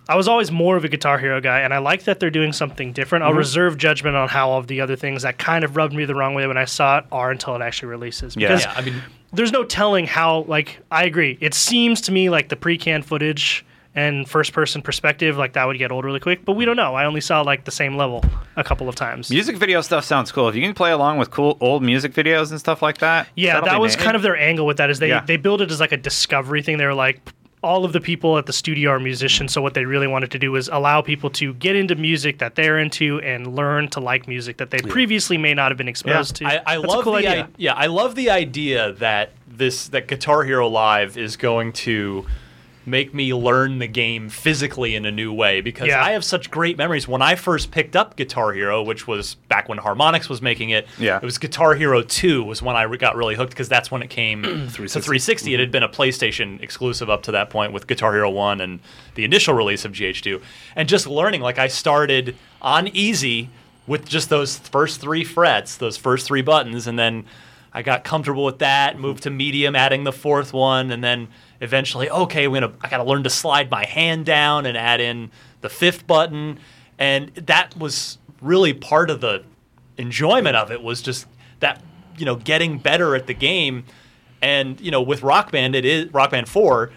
S5: I was always more of a Guitar Hero guy, and I like that they're doing something different.
S3: Mm-hmm.
S5: I'll reserve judgment on how all of the other things that kind of rubbed me the wrong way when I saw it are until it actually releases. Because
S3: Yeah, I mean
S5: there's no telling how like i agree it seems to me like the pre-canned footage and first person perspective like that would get old really quick but we don't know i only saw like the same level a couple of times
S6: Music video stuff sounds cool. If you can play along with cool old music videos and stuff like that.
S5: yeah
S6: that'll
S5: that
S6: be
S5: was
S6: neat.
S5: kind of their angle with that is they
S6: Yeah.
S5: they build it as like a discovery thing they were like all of the people at the studio are musicians so what they really wanted to do is allow people to get into music that they're into and learn to like music that they previously may not have been exposed to
S3: I, I
S5: That's a
S3: love
S5: cool
S3: the
S5: idea.
S3: I, yeah, I love the idea that this that Guitar Hero Live is going to make me learn the game physically in a new way because
S5: Yeah.
S3: I have such great memories. When I first picked up Guitar Hero, which was back when Harmonix was making it,
S6: Yeah.
S3: it was Guitar Hero 2 was when I re- got really hooked because that's when it came to 360. It had been a PlayStation exclusive up to that point with Guitar Hero 1 and the initial release of GH2. And just learning, like I started on easy with just those first three frets, those first three buttons, and then I got comfortable with that, moved to medium, adding the fourth one, and then eventually, okay, we're gonna, I gotta learn to slide my hand down and add in the fifth button. And that was really part of the enjoyment of it was just that you know getting better at the game and you know with rock band it is rock band 4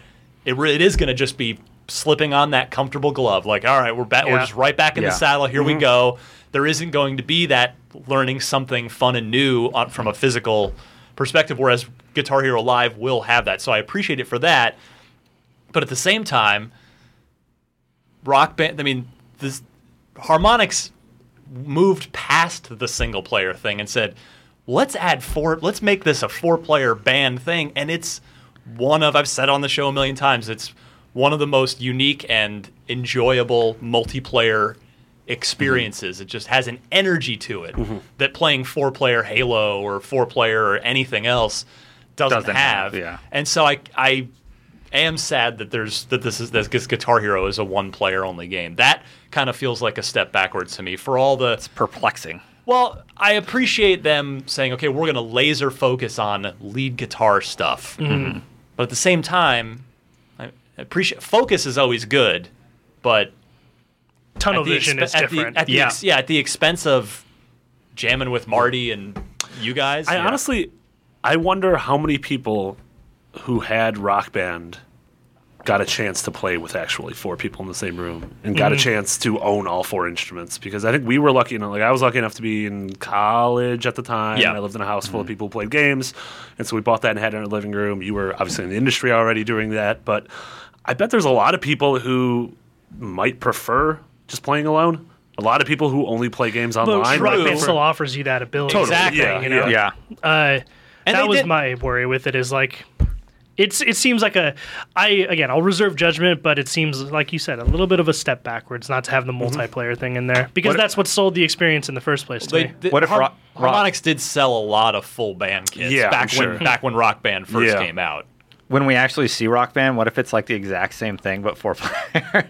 S3: it, re- it is going to just be slipping on that comfortable glove like all right we're back we're
S5: Yeah.
S3: just right back in the
S6: Yeah.
S3: saddle here we go there isn't going to be that learning something fun and new on, from a physical perspective whereas guitar hero live will have that so i appreciate it for that but at the same time rock band i mean this harmonics moved past the single player thing and said, let's add four, let's make this a four player band thing. And it's one of, I've said on the show a million times, it's one of the most unique and enjoyable multiplayer experiences.
S6: Mm-hmm.
S3: It just has an energy to it that playing four player Halo or four player or anything else doesn't,
S6: Doesn't
S3: have.
S6: have, yeah.
S3: And so I, I am sad that there's that this is that this Guitar Hero is a one player only game. That kind of feels like a step backwards to me for all the
S6: perplexing.
S3: well, I appreciate them saying, okay, we're going to laser focus on lead guitar stuff. Mm-hmm. But at the same time, I appreciate focus is always good, but
S5: Tunnel
S3: at the
S5: vision
S3: expe-
S5: is
S3: at the-
S5: different.
S3: at the
S6: Yeah.
S3: ex- yeah, at the expense of jamming with Marty and you guys.
S4: I
S3: Yeah.
S4: honestly, I wonder how many people who had Rock Band got a chance to play with actually four people in the same room and got a
S3: Mm-hmm.
S4: chance to own all four instruments because I think we were lucky enough. Like I was lucky enough to be in college at the time.
S3: Yeah. Mm-hmm.
S4: I lived in a house full of people who played games, and so we bought that and had it in our living room. You were obviously in the industry already doing that, but I bet there's a lot of people who might prefer just playing alone. A lot of people who only play games
S3: Oh,
S4: online.
S5: Rock
S4: might
S5: Band
S4: prefer-
S5: still offers you that ability.
S3: Exactly,
S4: yeah,
S5: you know?
S4: yeah.
S6: Yeah.
S5: Uh, that
S3: they
S5: was
S3: did-
S5: my worry with it. Is like, it's it seems like a I again I'll reserve judgment, but it seems like you said a little bit of a step backwards not to have the
S3: Mm-hmm.
S5: multiplayer thing in there because that's what sold the experience in the first place to
S3: They-
S5: me.
S3: the-
S6: What if
S3: Har-
S6: Ro- Ro-
S3: Harmonix did sell a lot of full band kits
S4: Yeah,
S3: back
S4: I'm
S3: when
S4: sure.
S3: back when Rock Band first
S4: Yeah.
S3: came out?
S6: When we actually see Rock Band, what if it's like the exact same thing but four player?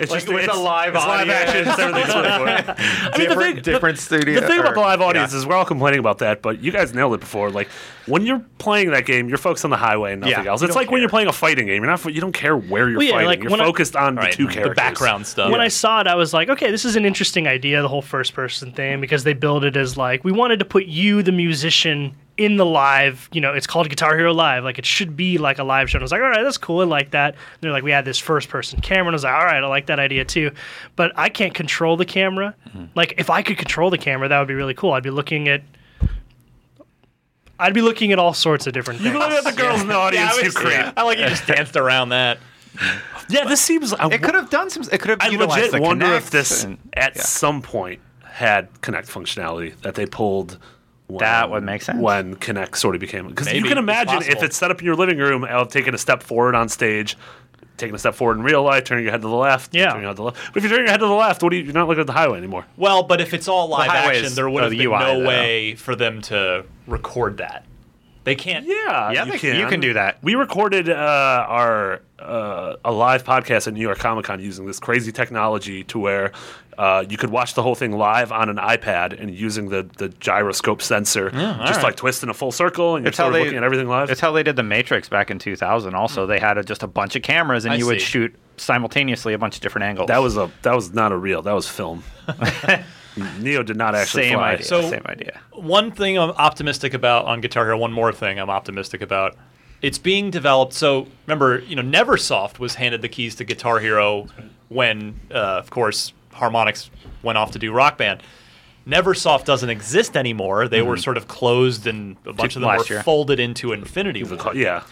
S4: It's
S6: Like,
S4: just
S6: with
S4: it's,
S6: a live
S4: it's live
S6: audience.
S4: action. It's everything. I mean, the
S6: Different-
S4: thing,
S6: different
S4: the,
S6: studio-
S4: The thing about
S6: or-
S4: the live audience
S6: yeah.
S4: is we're all complaining about that, but you guys nailed it before. Like when you're playing that game, you're focused on the highway and nothing
S6: Yeah,
S4: else.
S6: you
S4: It's
S6: don't
S4: like when
S6: care.
S4: you're playing a fighting game. You're not. You don't care where you're
S5: Well, yeah,
S4: fighting.
S5: like,
S4: you're
S5: when I-
S4: focused on
S3: Right,
S4: the two
S3: the
S4: characters.
S3: background stuff.
S5: when I saw it, I was like, okay, this is an interesting idea, the whole first person thing, because they build it as like, we wanted to put you, the musician, in the live, you know, it's called Guitar Hero Live. Like, it should be like a live show. And I was like, all right, that's cool. I like that. And they're like, we had this first person camera. And I was like, all right, I like that idea too. But I can't control the camera. Like, if I could control the camera, that would be really cool. I'd be looking at. I'd be looking at all sorts of different things.
S4: Look at the girls in the audience who creep.
S3: I like you just danced around that.
S4: Yeah, this seems. I,
S6: It could have done some. It could have
S4: I
S6: utilized
S4: legit
S6: the
S4: wonder if
S6: Kinects
S4: this
S6: and-
S4: at
S6: yeah.
S4: some point had Connect functionality that they pulled. When,
S6: That would make sense.
S4: when Connect sort of became because you
S3: Maybe.
S4: can
S3: It's
S4: imagine if
S3: possible.
S4: it's set up in your living room of taking a step forward on stage, taking a step forward in real life, turning your head to the left,
S5: Yeah.
S4: turning your head to the left. But if you're turning your head to the left, what do you? You're not looking at the highway anymore.
S3: Well, but if it's all live
S6: highway
S3: action,
S6: is-
S3: there would
S6: or
S3: have
S6: the
S3: been
S6: UI,
S3: no
S6: though.
S3: way for them to record that. They can't.
S4: Yeah,
S6: Yeah, they- you can do that.
S4: We recorded uh, our uh, a live podcast at New York Comic Con using this crazy technology to where uh, you could watch the whole thing live on an iPad and using the, the gyroscope sensor, just like twisting a full circle, and you're
S6: It's how
S4: sort of
S6: they-
S4: looking at everything live. Mm-hmm.
S6: It's how they did the Matrix back in 2000. Also, they had a, just a bunch of cameras, and
S3: I
S6: you would
S3: see.
S6: shoot simultaneously a bunch of different angles.
S4: that was a that was not a reel. That was film. Neo did not actually
S6: same
S4: fly.
S6: idea.
S3: So-
S6: same idea.
S3: One thing I'm optimistic about on Guitar Hero. One more thing I'm optimistic about. It's being developed. So remember, you know, NeverSoft was handed the keys to Guitar Hero when, uh, of course, Harmonix went off to do Rock Band. NeverSoft doesn't exist anymore. They were sort of closed, and a bunch of them
S6: Mm-hmm. Last
S3: were
S6: year.
S3: folded into Infinity. Ward.
S4: Yeah,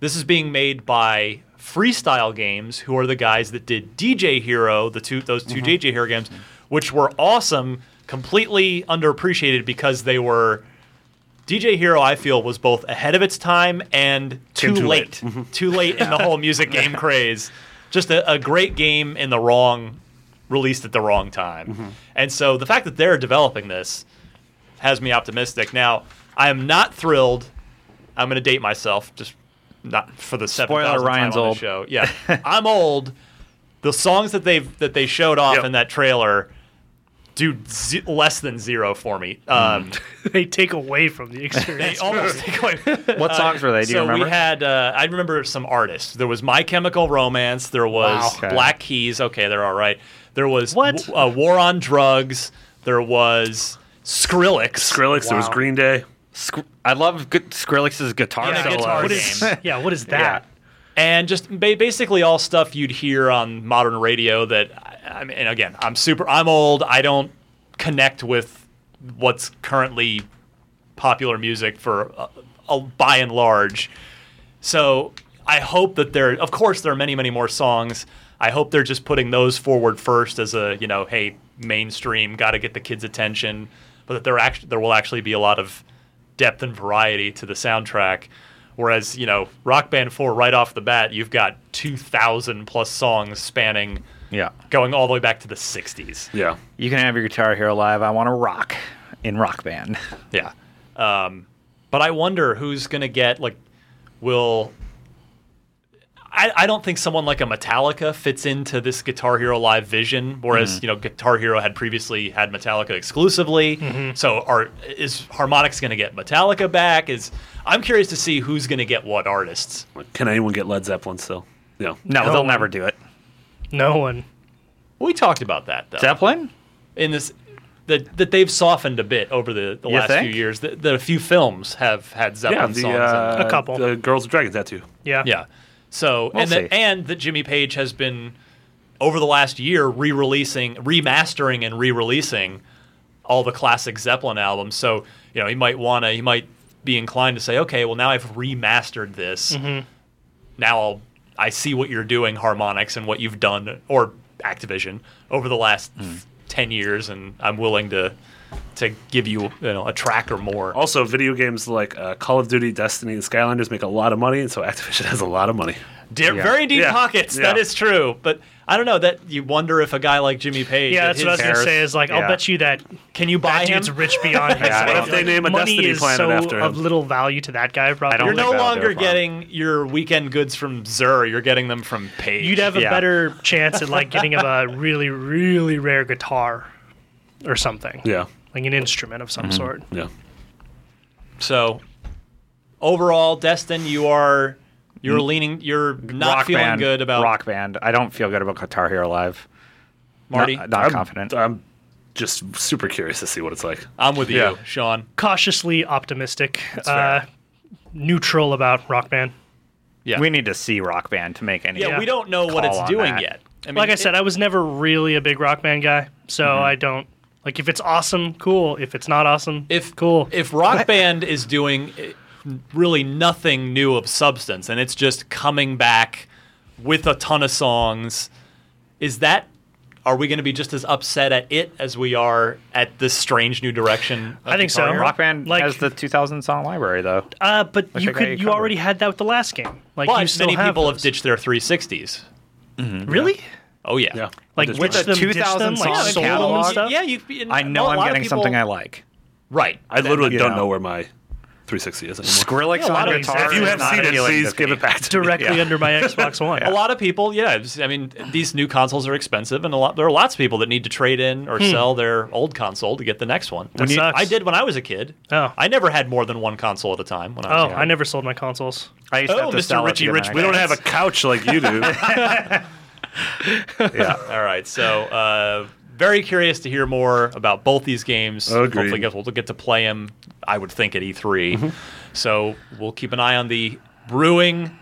S3: This is being made by Freestyle Games, who are the guys that did DJ Hero, the two those
S6: Mm-hmm.
S3: 2 DJ Hero games, which were awesome, completely underappreciated because they were DJ Hero, I feel, was both ahead of its time and too,
S4: Came too
S3: late.
S4: late.
S3: too late in the whole music game craze. Just a, a great game in the wrong, released at the wrong time.
S4: Mm-hmm.
S3: And so the fact that they're developing this has me optimistic. Now, I am not thrilled. I'm going to date myself, just not for the seventh
S6: Spoiler, Ryan's
S3: time on
S6: old.
S3: the show. Yeah, I'm old. The songs that they've that they showed off
S4: Yep.
S3: in that trailer do z- less than zero for me. Um,
S4: Mm.
S5: they take away from the
S3: they
S5: experience.
S3: almost take away.
S4: uh,
S6: What songs were they? Do you
S3: so
S6: remember?
S3: we had uh, I remember some artists. There was My Chemical Romance. There was
S6: Wow. Okay.
S3: Black Keys. Okay, they're all right. There was
S5: What?
S3: w- uh, War on Drugs. There was Skrillex.
S4: Skrillex, there was
S5: Wow.
S4: Green Day.
S6: Skr- I love gu- Skrillex's guitar
S3: Yeah,
S6: solos.
S3: guitar
S5: what is,
S3: game.
S5: yeah, what is that?
S3: and just ba- basically all stuff you'd hear on modern radio that I, I mean and again i'm super i'm old i don't connect with what's currently popular music for uh, uh, by and large so i hope that there of course there are many many more songs i hope they're just putting those forward first as a you know hey mainstream got to get the kids attention but that there actually there will actually be a lot of depth and variety to the soundtrack. Whereas, you know, Rock Band 4, right off the bat, you've got 2,000 plus songs spanning,
S6: Yeah.
S3: going all the way back to the 60s.
S4: Yeah.
S6: You can have your guitar hero live. I want to rock in rock band.
S3: Yeah. Um, but I wonder who's going to get, like, will. I, I don't think someone like a Metallica fits into this Guitar Hero Live vision, whereas
S4: Mm-hmm.
S3: you know Guitar Hero had previously had Metallica exclusively.
S4: Mm-hmm.
S3: So are is Harmonix going to get Metallica back? Is I'm curious to see who's going to get what artists.
S4: Like, Can anyone get Led Zeppelin still? Yeah.
S6: No,
S3: Oh.
S6: they'll never do it.
S5: No one.
S3: We talked about that though.
S6: Zeppelin?
S3: in this that that they've softened a bit over the, the
S6: You
S3: last
S6: think?
S3: few years. The, the few films have had
S4: Yeah,
S3: Zeppelin
S4: the,
S3: songs. in them.
S4: uh,
S5: A couple.
S4: The Girls with Dragon Tattoo.
S5: Yeah.
S3: yeah. So
S6: We'll
S3: and that,
S6: see.
S3: and that Jimmy Page has been over the last year re-releasing, remastering, and re-releasing all the classic Zeppelin albums. So you know he might wanna he might be inclined to say, okay, well now I've remastered this. Now I'll I see what you're doing, Harmonix, and what you've done or Activision over the last ten years, and I'm willing to to give you you know a track or more.
S4: Also, video games like uh, Call of Duty, Destiny, and Skylanders make a lot of money, and so Activision has a lot of money.
S3: Deep, Very deep
S4: Yeah.
S3: pockets. That
S4: Yeah.
S3: is true. But I don't know that you wonder if a guy like Jimmy Page.
S5: Yeah,
S3: at
S5: that's what I
S3: his-
S5: was gonna say. Is like,
S4: Yeah.
S5: I'll bet you that
S3: Can you buy
S5: that
S3: him?
S5: dude's rich beyond his.
S4: Yeah, I
S5: life.
S4: don't think they name a
S5: Money
S4: Destiny
S5: is
S4: planet
S5: so
S4: after him.
S5: of little value to that guy. Probably.
S6: don't
S3: You're
S6: think
S3: no
S6: that'll do
S3: longer
S6: it for
S3: getting your weekend goods from Zur. You're getting them from Page.
S5: You'd have a
S6: Yeah.
S5: better chance at like getting of a really, really rare guitar or something,
S4: Yeah. Mm-hmm.
S5: like an instrument of some sort.
S4: Yeah.
S3: so overall, Destin, you are you're
S5: Mm.
S3: leaning. You're not
S6: rock
S3: feeling
S6: band,
S3: good about
S6: rock band. I don't feel good about guitar hero live.
S3: Marty.
S6: Not, not confident.
S4: I'm just super curious to see what it's like.
S3: I'm with
S4: Yeah.
S3: you, Sean.
S5: Cautiously optimistic, uh, neutral about Rock Band.
S3: Yeah.
S6: We need to see rock band to make any.
S3: yeah, we don't know what
S6: Call
S3: it's
S6: on
S3: doing
S6: that.
S3: yet. I mean,
S5: like I
S3: it-
S5: said, I was never really a big Rock Band guy, so
S4: Mm-hmm.
S5: I don't like if it's awesome, cool. If it's not awesome,
S3: if
S5: cool.
S3: if rock band is doing eh, really nothing new of substance and it's just coming back with a ton of songs is that are we going to be just as upset at it as we are at this strange new direction of
S5: I think
S3: Guitar
S5: so.
S3: Hero?
S6: Rock band
S5: Like-
S6: has the 2000 song library though.
S5: uh, but
S6: I
S5: you
S6: think I
S5: could, you
S6: covered.
S5: already had that with the last game. Like you
S3: but
S5: still
S3: many
S5: have
S3: people have
S5: those.
S3: ditched their 360s
S5: Really?
S3: oh yeah
S4: Yeah.
S5: Like
S4: Just-
S5: which
S6: the
S5: them, ditched
S6: 2000
S5: them, like
S6: song
S5: sold them and
S6: catalog?
S5: stuff.
S3: yeah you and
S6: I know
S3: a
S6: I'm
S3: lot of
S6: getting
S3: people-
S6: something I like.
S3: right
S4: I literally
S6: you
S4: don't
S6: know.
S4: know where my 360 is anymore.
S6: Skrillex
S5: a lot
S6: on
S5: of
S6: guitar.
S5: examples. If you
S6: is
S5: have
S6: not
S5: seen it,
S6: appealing to
S4: Please give
S6: me.
S4: it back to me.
S5: Directly
S6: Yeah.
S5: under my Xbox One.
S3: a lot of people, yeah. it's- I mean, these new consoles are expensive, and a lot there are lots of people that need to trade in or sell their old console to get the next one. When you-
S5: Hmm. sucks.
S3: I did when I was a kid.
S5: Oh.
S3: I never had more than one console at a time. When I was
S5: Oh,
S3: a kid.
S5: I never sold my consoles.
S6: I used to
S3: Oh,
S6: have to
S3: Mr.
S6: sell it to
S3: Richie
S6: get my
S3: Rich, we
S6: next
S4: I don't have a couch like you do.
S3: All right, so uh, very curious to hear more about both these games.
S4: Agreed. Mm-hmm.
S3: Hopefully, get, we'll get to play them. I would think at E3. So we'll keep an eye on the brewing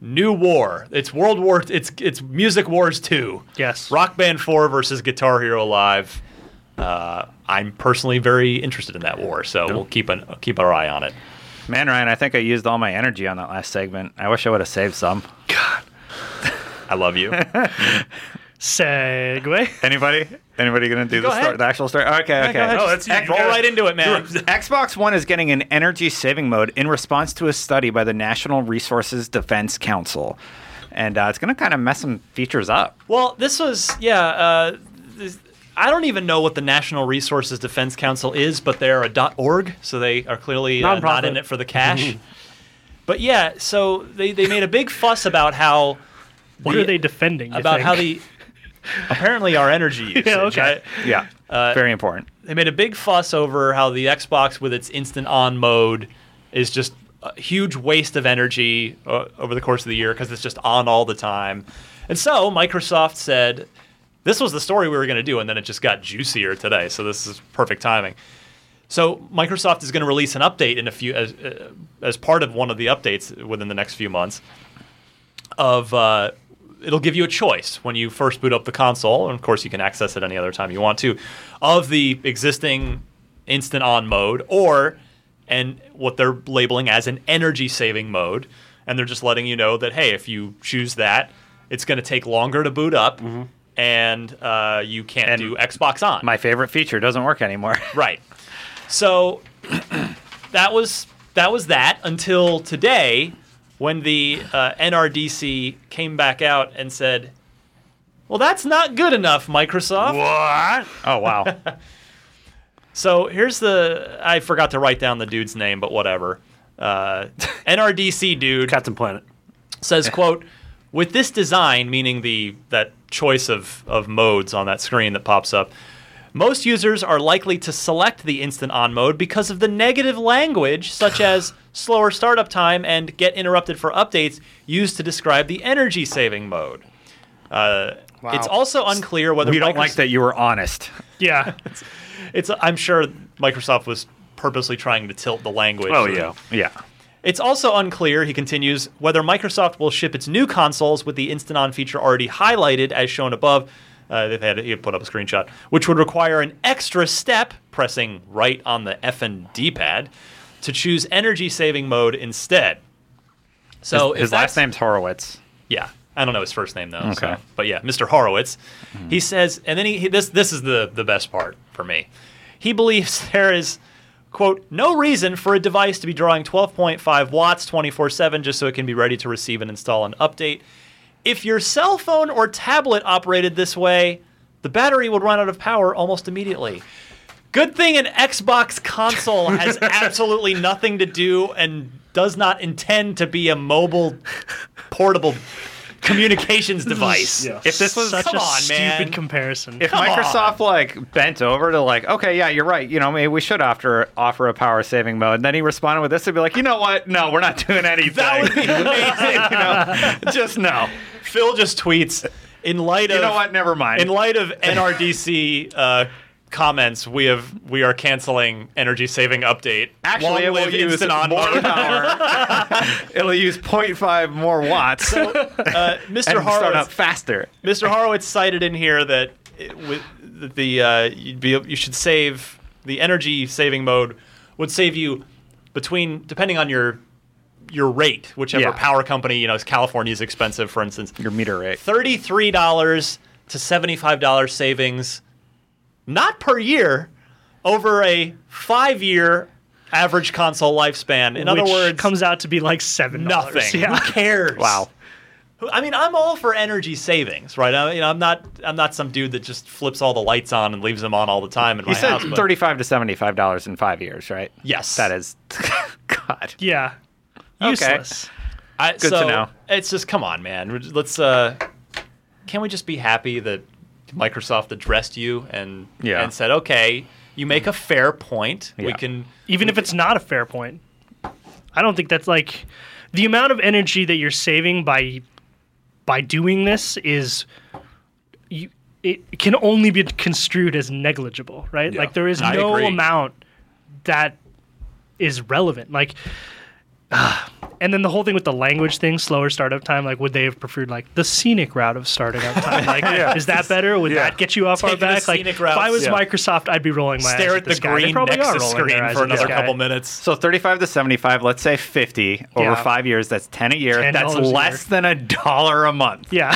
S3: new war. It's World War. It's it's Music Wars Two.
S5: Yes.
S3: Rock Band Four versus Guitar Hero Live. Uh, I'm personally very interested in that war, so we'll keep an keep our eye on it.
S6: Man, Ryan, I think I used all my energy on that last segment. I wish I would have saved some.
S3: I love you.
S5: Segue.
S6: Anybody? Anybody going to do
S3: Go
S6: the, story,
S3: ahead.
S6: the actual story? Okay, okay. Oh,
S3: ahead.
S4: No, that's you.
S3: Heck,
S4: You
S3: roll
S4: gotta-
S3: right into it, man.
S4: You're-
S6: Xbox One is getting an energy saving mode in response to a study by the National Resources Defense Council. And uh, it's going to kind of mess some features up.
S3: Well, this was yeah. Uh, this, I don't even know what the National Resources Defense Council is, but they're a .org, so they are clearly uh, not
S4: Nonprofit.
S3: in it for the cash. but yeah, so they, they made a big fuss about how
S5: What
S3: the-
S5: are they defending? you
S3: about how
S5: think?
S3: the apparently our energy usage.
S5: okay.
S3: I-
S6: Yeah. Very important.
S3: they made a big fuss over how the Xbox with its instant on mode is just a huge waste of energy uh, over the course of the year because it's just on all the time. And so Microsoft said, this was the story we were going to do, and then it just got juicier today. So this is perfect timing. So Microsoft is going to release an update in a few as, uh, as part of one of the updates within the next few months of uh, it'll give you a choice when you first boot up the console, and of course you can access it any other time you want to, of the existing instant on mode or and what they're labeling as an energy saving mode, and they're just letting you know that hey, if you choose that, it's going to take longer to boot up, and uh, you can't
S6: And
S3: do Xbox on.
S6: My favorite feature doesn't work anymore.
S3: Right. So that was that was that until today, when the uh, NRDC came back out and said, "Well, that's not good enough, Microsoft."
S4: What?
S6: oh, wow.
S3: So here's the I forgot to write down the dude's name, but whatever. Uh, NRDC dude
S4: Captain Planet.
S3: says, "quote With this design, meaning the that choice of of modes on that screen that pops up." Most users are likely to select the instant on mode because of the negative language, such as slower startup time and get interrupted for updates, used to describe the energy saving mode. Uh, It's also unclear whether
S6: we don't
S3: Microsoft-
S6: like that you were honest.
S5: yeah.
S3: It's I'm sure Microsoft was purposely trying to tilt the language.
S4: Oh yeah.
S6: Yeah.
S3: It's also unclear, he continues, whether Microsoft will ship its new consoles with the instant on feature already highlighted as shown above. Uh, they've had he put up a screenshot, which would require an extra step, pressing right on the F and D pad, to choose energy saving mode instead. So
S6: His
S3: if that's-
S6: last name's Horowitz.
S3: yeah. I don't know his first name though.
S6: Okay. Hmm.
S3: So. But yeah, Mr. Horowitz. He says, and then he, he this this is the the best part for me. He believes there is quote no reason for a device to be drawing 12.5 watts 24/7 just so it can be ready to receive and install an update. If your cell phone or tablet operated this way, the battery would run out of power almost immediately. Good thing an Xbox console has absolutely nothing to do and does not intend to be a mobile, portable communications device.
S6: If this was
S5: such
S3: Come
S5: a
S3: on,
S5: stupid
S3: man.
S5: comparison.
S6: if Microsoft like bent over to like, okay, yeah, you're right. You know, maybe we should offer offer a power saving mode. And then he responded with this and be like, you know what? No, we're not doing anything.
S3: That would be amazing.
S6: you know, just no.
S3: Phil just tweets in light of
S6: You know what? Never mind.
S3: in light of NRDC uh, comments, we have we are canceling energy saving update. Long
S6: Actually, it will
S3: live
S6: use
S3: instant on
S6: more
S3: mode.
S6: power. It'll use 0.5 more watts
S3: Uh, Mr.
S6: and start
S3: Horowitz,
S6: up faster.
S3: Mr. Horowitz cited in here that it, with that the uh, you'd be, you should save the energy saving mode would save you between depending on your your rate, whichever
S6: Yeah.
S3: power company you know, is California is expensive, for instance,
S6: Your meter rate.
S3: thirty three dollars to seventy five dollars savings, not per year, over a five year average console lifespan. In other
S5: which
S3: words,
S5: comes out to be like seven.
S3: nothing.
S5: Yeah.
S3: Who cares?
S6: Wow.
S3: Who- I mean, I'm all for energy savings, right? I, you know, I'm not, I'm not some dude that just flips all the lights on and leaves them on all the time in
S6: He
S3: my
S6: said
S3: house. but-
S6: 35 to 75 dollars in five years, right?
S3: Yes.
S6: that is. God.
S5: Yeah. Useless.
S3: I,
S6: to
S3: so
S6: know.
S3: It's just, come on, man. Let's. Uh, can we just be happy that Microsoft addressed you and
S6: Yeah.
S3: and said, okay, you make a fair point. We
S6: Yeah.
S3: can.
S5: Even if it's not a fair point. I don't think that's like the amount of energy that you're saving by by doing this is you it can only be construed as negligible, right?
S4: Yeah.
S5: Like there is
S3: I
S5: no
S3: agree.
S5: amount that is relevant. Like and then the whole thing with the language thing, slower startup time, like would they have preferred like the scenic route of starting up time? Like is that better? Would
S4: Yeah.
S5: that get you off
S3: Taking the
S5: our back? Like
S3: scenic
S5: if I
S3: routes.
S5: was
S4: Yeah.
S5: Microsoft, I'd be rolling my eyes
S3: Stare at the
S5: this guy. They
S3: green
S5: probably are
S3: Nexus
S5: rolling their
S3: screen
S5: eyes
S3: for
S5: at this
S3: another
S5: guy.
S3: couple minutes.
S6: So 35 to 75, let's say 50 over
S5: Yeah.
S6: five years, that's 10 a year.
S5: $10
S6: that's
S5: a year.
S6: less than a dollar a month.
S5: Yeah.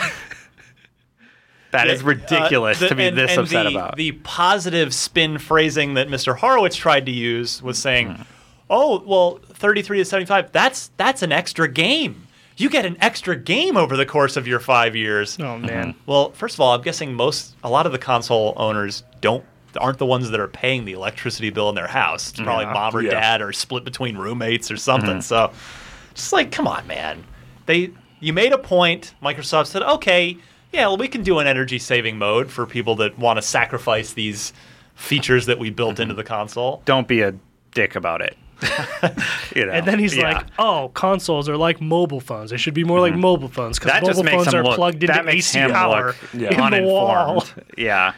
S6: That
S3: Yeah,
S6: is ridiculous
S3: uh, the-
S6: to be
S3: and-
S6: this
S3: and
S6: upset
S3: the-
S6: about.
S3: The positive spin phrasing that Mr. Horowitz tried to use was saying, "Oh, well, 33 to 75, that's that's an extra game. You get an extra game over the course of your 5 years."
S5: Oh man.
S3: Well, first of all, I'm guessing most a lot of the console owners don't aren't the ones that are paying the electricity bill in their house. It's probably mom or
S4: Yeah.
S3: dad or split between roommates or something. So just like, come on, man. They you made a point. Microsoft said, okay, yeah, well, we can do an energy saving mode for people that want to sacrifice these features that we built into the console.
S6: Don't be a dick about it. you know.
S5: And then he's
S6: Yeah.
S5: like, "Oh, consoles are like mobile phones. They should be more like mobile phones because
S6: Mm-hmm. That just
S5: mobile
S6: makes
S5: phones
S6: him
S5: are
S6: look-
S5: plugged into
S6: that makes
S5: AC
S6: him
S5: power
S6: look,
S4: yeah,
S5: in the wall."
S6: uninformed. Yeah.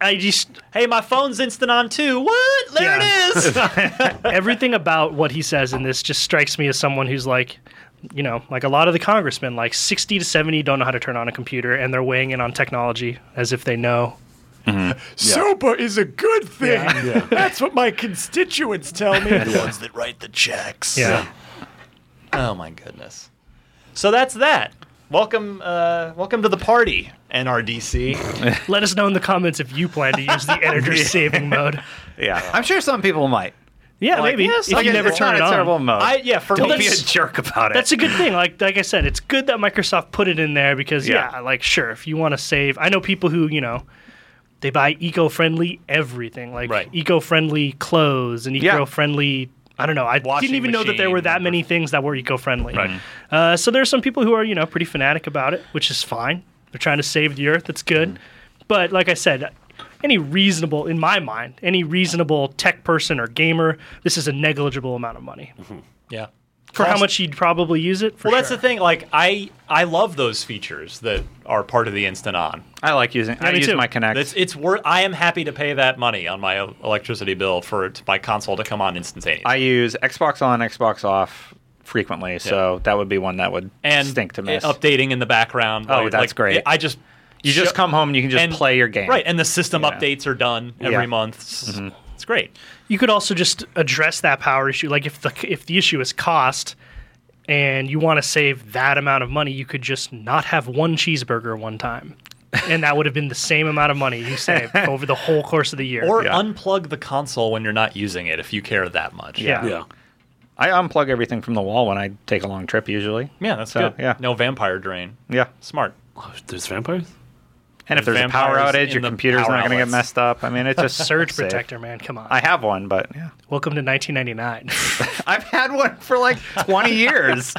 S5: I just
S3: Hey, my phone's instant on too. What? There
S5: Yeah.
S3: it is.
S5: everything about what he says in this just strikes me as someone who's like you know like a lot of the congressmen like 60 to 70 don't know how to turn on a computer and they're weighing in on technology as if they know
S3: Super is a good thing.
S4: Yeah.
S3: That's what my constituents tell me. the ones that write the checks.
S5: yeah
S3: Oh my goodness. So that's that. Welcome, uh, welcome to the party, NRDC.
S5: let us know in the comments if you plan to use the energy saving mode
S6: Yeah. I'm sure some people might.
S5: yeah
S3: Like,
S5: maybe
S3: yes,
S5: if
S3: like,
S5: you never
S6: it's
S5: turn
S6: not
S5: it
S6: a
S5: on
S6: terrible mode.
S3: I yeah, for
S6: Don't
S3: me,
S6: be a
S3: that's-
S6: jerk about it.
S5: that's a good thing like like i said it's good that microsoft put it in there because yeah,
S6: Yeah.
S5: like sure if you want to save i know people who you know they buy eco-friendly everything like
S3: Right.
S5: eco-friendly clothes and
S6: Yeah.
S5: eco-friendly i don't know i
S3: Washing
S5: didn't even know that there were
S3: machine.
S5: that many things that were eco-friendly right. uh, so there are some people who are you know pretty fanatic about it which is fine they're trying to save the earth that's good but like i said any reasonable in my mind any reasonable tech person or gamer this is a negligible amount of money
S3: yeah.
S5: for how
S3: Cost-
S5: much you'd probably use it for
S3: Well, that's
S5: sure.
S3: the thing. Like, I I love those features that are part of the instant on.
S6: I like using. I
S5: me
S6: use
S5: too.
S6: my Kinect.
S3: It's it's worth. I am happy to pay that money on my electricity bill for it- my console to come on instantaneously.
S6: I use Xbox on, Xbox off frequently, so that would be one that would
S3: and
S6: stink to
S3: it
S6: miss.
S3: updating in the background.
S6: Oh,
S3: like-
S6: that's
S3: like,
S6: great.
S3: it- I just
S6: you just
S3: sho-
S6: come home and you can just play your game.
S3: Right, and the system updates are done every
S6: Yeah. Mm-hmm.
S3: month. S- It's great.
S5: you could also just address that power issue. Like if the if the issue is cost, and you want to save that amount of money, you could just not have one cheeseburger one time, and that would have been the same amount of money you saved over the whole course of the year.
S3: Or
S6: Yeah.
S3: unplug the console when you're not using it if you care that much.
S5: yeah.
S4: Yeah.
S6: I unplug everything from the wall when I take a long trip usually.
S3: Yeah, that's
S6: So,
S3: good.
S6: yeah.
S3: No vampire drain.
S6: Yeah.
S3: Smart.
S4: Oh, There's vampires?
S6: And if there's a power
S3: Vampires
S6: outage,
S3: in
S6: your
S3: the
S6: computer's
S3: power
S6: not going to get
S3: outlets.
S6: messed up. I mean, it's just
S5: surge
S6: it's safe.
S5: protector, man. Come on.
S6: I have one, but yeah.
S5: Welcome to 1999.
S6: I've had one for like 20 years.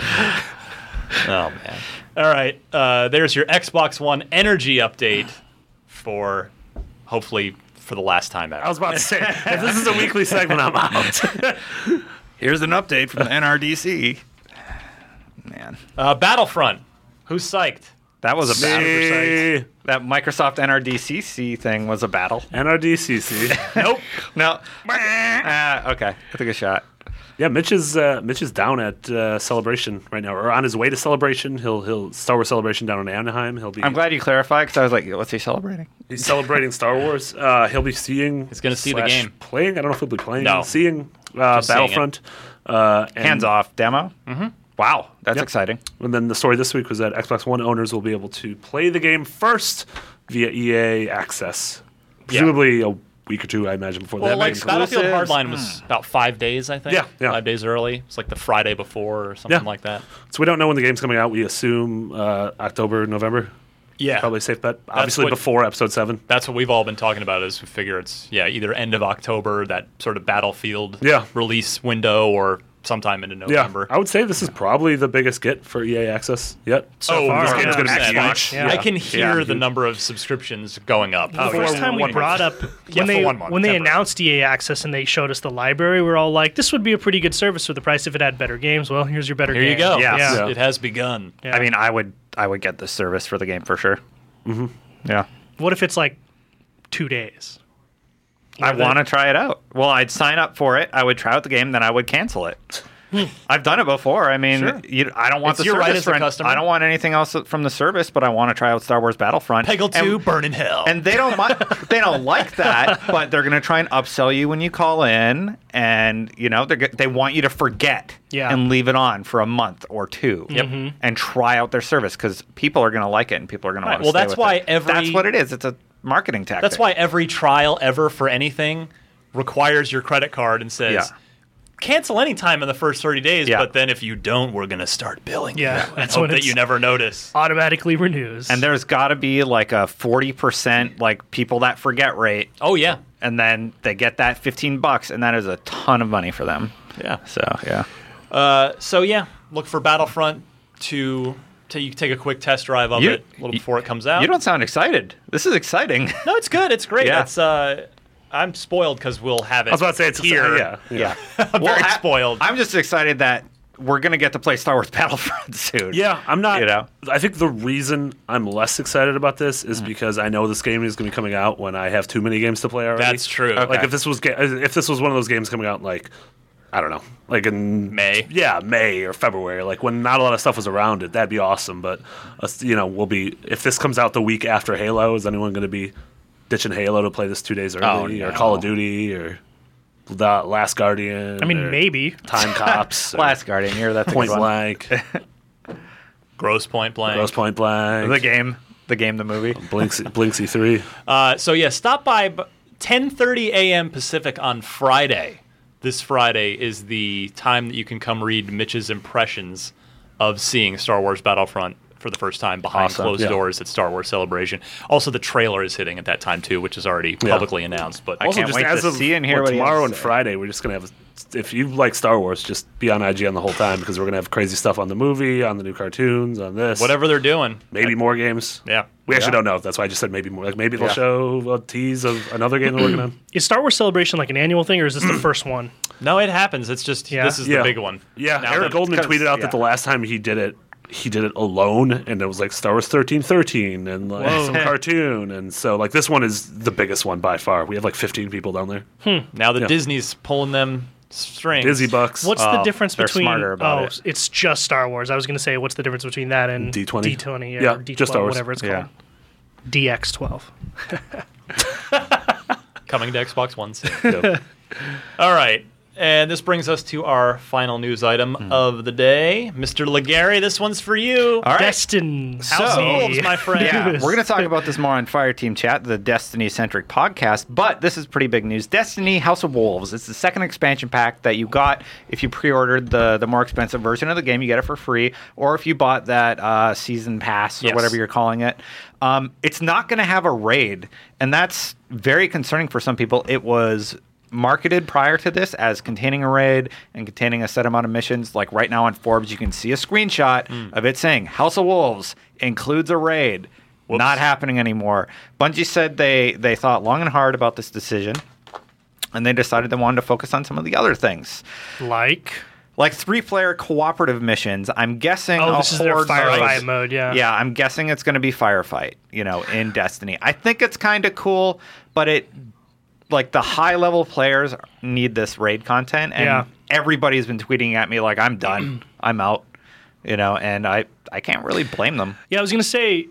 S3: Oh man. All right. Uh, there's your Xbox One energy update for hopefully for the last time ever.
S4: I was about to say, if this is a weekly segment, I'm out.
S6: Here's an update from the NRDC. Man,
S3: uh, Battlefront. Who's psyched?
S6: that was a battle.
S4: Eh,
S6: That Microsoft NRDCC thing was a battle.
S4: NRDCC.
S6: Nope. no. Ah, okay. I took a shot.
S4: Yeah, Mitch is uh, Mitch is down at uh, Celebration right now, or on his way to Celebration. He'll he'll Star Wars Celebration down in Anaheim. He'll be
S6: I'm glad you clarified because I was like, what's he celebrating?
S4: he's celebrating Star Wars. Uh, he'll be seeing. He's
S3: gonna see the game.
S4: Playing. I don't know if he'll be playing.
S3: No.
S4: Seeing
S3: seeing
S4: uh,
S3: it.
S4: Battlefront. Uh, and,
S6: Hands off demo. Mm-hmm. Wow, that's exciting.
S4: And then the story this week was that Xbox One owners will be able to play the game first via EA Access, presumably a week or two, I imagine, before
S3: Well,
S4: that.
S3: like
S4: makes sense.
S3: Battlefield
S6: exclusives.
S3: Hardline was about five days, I think.
S4: Yeah, yeah.
S3: Five days early. It's like the Friday before or something
S4: Yeah.
S3: like that.
S4: So we don't know when the game's coming out. We assume uh, October, November.
S3: Yeah.
S4: Probably a safe bet. Obviously
S3: what-
S4: before episode seven.
S3: That's what we've all been talking about. Is we figure it's yeah either end of October that sort of Battlefield
S4: Yeah.
S3: release window or sometime into
S4: Yeah,
S3: November.
S4: I would say this is probably the biggest get for EA Access yet. So
S5: far,
S4: this game's
S5: yeah.
S4: going to
S5: That's
S4: be
S3: Xbox.
S4: huge.
S5: Yeah.
S3: I can hear the number of subscriptions going up.
S5: the first time we
S3: Oh, one
S5: brought up
S3: month.
S5: when
S3: Yeah, for
S5: they
S3: one month,
S5: when they
S3: temporary.
S5: announced EA Access and they showed us the library, we are all like, "This would be a pretty good service for the price if it had better games." Well, here's your better.
S3: Here you
S5: game.
S3: go.
S6: Yeah.
S5: Yeah.
S4: Yeah.
S3: It has begun.
S5: Yeah.
S6: I mean, I would I would get the service for the game for sure. Mm-hmm. Yeah.
S5: What if it's like two days?
S6: I want to try it out. Well, I'd sign up for it. I would try out the game, then I would cancel it. I've done it before. I mean,
S3: Hmm. Sure.
S6: you, I don't want
S3: It's
S6: the
S3: your
S6: service
S3: right as a
S6: for an-
S3: customer.
S6: I don't want anything else from the service, but I want to try out Star Wars Battlefront.
S3: Peggle
S6: And-
S3: two, burn in hell.
S6: and they don't mind, they don't like that, but they're going to try and upsell you when you call in, and you know they they want you to forget
S5: Yeah.
S6: and leave it on for a month or two, yep.
S3: Mm-hmm.
S6: and try out their service because people are going to like it and people are going to.
S3: Right, well,
S6: want to
S3: that's why every-
S6: that's what it is. It's a marketing tactic.
S3: That's why every trial ever for anything requires your credit card and says
S6: Yeah.
S3: cancel anytime in the first 30 days,
S6: Yeah.
S3: but then if you don't, we're going to start billing. you
S5: Yeah,
S3: and
S5: that's
S3: hope
S5: when
S3: that
S5: it's-
S3: you never notice.
S5: automatically renews.
S6: And there's got to be like a forty percent like people that forget rate,
S3: Oh yeah.
S6: and then they get that fifteen bucks, and that is a ton of money for them.
S3: Yeah.
S6: So yeah,
S3: Uh, so yeah, look for Battlefront to to you can take a quick test drive of
S6: You-
S3: it a little
S6: you-
S3: before it comes out.
S6: you don't sound excited. This is exciting.
S3: No, it's good. It's great.
S6: Yeah.
S3: It's uh I'm spoiled cuz we'll have it.
S4: I was about to say it's
S3: here.
S4: yeah, yeah.
S3: I'm very
S6: I-
S3: spoiled.
S6: I'm just excited that we're gonna get to play Star Wars Battlefront soon.
S4: Yeah, I'm not.
S6: You know?
S4: I think the reason I'm less excited about this is because I know this game is going to be coming out when I have too many games to play already.
S3: That's true.
S4: Like if this was ga- if this was one of those games coming out in, like I don't know, like in
S3: May.
S4: yeah, May or February, like when not a lot of stuff was around it, that'd be awesome. But us, you know, we'll be if this comes out the week after Halo, is anyone going to be ditching Halo to play this two days early
S6: Oh,
S4: or Call of Duty or the Last Guardian?
S5: I mean,
S4: or
S5: maybe.
S4: Time Cops, or
S6: Last Guardian here. That's a
S4: Point
S6: good one.
S4: Blank,
S3: Gross point blank.
S4: Gross Point Blank,
S6: The game, the game, the movie.
S4: Blinks Blinksy three.
S3: Uh, so yeah, stop by b- 10:30 a.m. Pacific on Friday. This Friday is the time that you can come read Mitch's impressions of seeing Star Wars Battlefront for the first time behind
S6: Awesome.
S3: closed
S4: Yeah.
S3: doors at Star Wars Celebration. Also, the trailer is hitting at that time too, which is already publicly announced. But
S6: I
S4: Also,
S6: can't
S4: just
S6: wait
S4: as
S6: to
S4: of
S6: see and hear
S4: well,
S6: what he has
S4: tomorrow
S6: to
S4: and
S6: say.
S4: Friday, we're just gonna have. If you like Star Wars, just be on IGN the whole time because we're gonna have crazy stuff on the movie, on the new cartoons, on this,
S3: whatever they're doing,
S4: Maybe more games.
S3: yeah.
S4: we actually don't know. That's why I just said maybe more. Like maybe they'll
S6: Yeah.
S4: show a tease of another game they're working on.
S5: Is Star Wars Celebration like an annual thing, or is this the first one?
S3: No, it happens. It's just
S5: Yeah.
S3: this is
S4: Yeah.
S3: the big one.
S4: Yeah,
S3: Now
S4: Eric
S3: that-
S4: Goldman
S6: because-
S4: tweeted out
S6: yeah.
S4: that the last time he did it, he did it alone, and it was like Star Wars thirteen thirteen and like some cartoon, and so like this one is the biggest one by far. We have like fifteen people down there.
S3: Now that
S4: Yeah.
S3: Disney's pulling them strings.
S4: Dizzy Bucks.
S5: What's the difference
S6: Oh, they're
S5: between?
S6: smarter about
S5: oh,
S6: it.
S5: it's just Star Wars. I was going to say, what's the difference between that and
S4: D20?
S5: D20, yeah,
S4: Yeah,
S5: or D12,
S4: just Star Wars.
S5: whatever it's
S6: Yeah.
S5: called. DX12.
S3: coming to Xbox One soon?
S4: Yeah.
S3: All right. And this brings us to our final news item
S4: Hmm.
S3: of the day. Mr. Legary, this onene's for you.
S6: All right.
S5: Destin,
S6: So-
S5: Housey.
S3: my friend.
S6: Yeah, we're going to talk about this more on Fireteam Chat, the Destiny centric podcast, but this is pretty big news. Destiny House of Wolves. It's the second expansion pack that you got if you pre ordered the, the more expensive version of the game, you get it for free, or if you bought that uh, season pass or
S3: Yes.
S6: whatever you're calling it. Um, it's not going to have a raid, and that's very concerning for some people. It was marketed prior to this as containing a raid and containing a set amount of missions. Like right now on Forbes, you can see a screenshot of it saying House of Wolves includes a raid. Not happening anymore. Bungie said they they thought long and hard about this decision, and they decided they wanted to focus on some of the other things,
S5: Like,
S6: like three player cooperative missions. I'm guessing.
S5: oh,
S6: a
S5: this is their
S6: horde
S5: firefight
S6: mode.
S5: mode. Yeah.
S6: Yeah, I'm guessing it's going to be firefight, you know, in Destiny. I think it's kind of cool, but it like the high level players need this raid content and
S5: Yeah.
S6: everybody's been tweeting at me like I'm done. I'm out. You know, and I I can't really blame them.
S5: Yeah, I was going to say,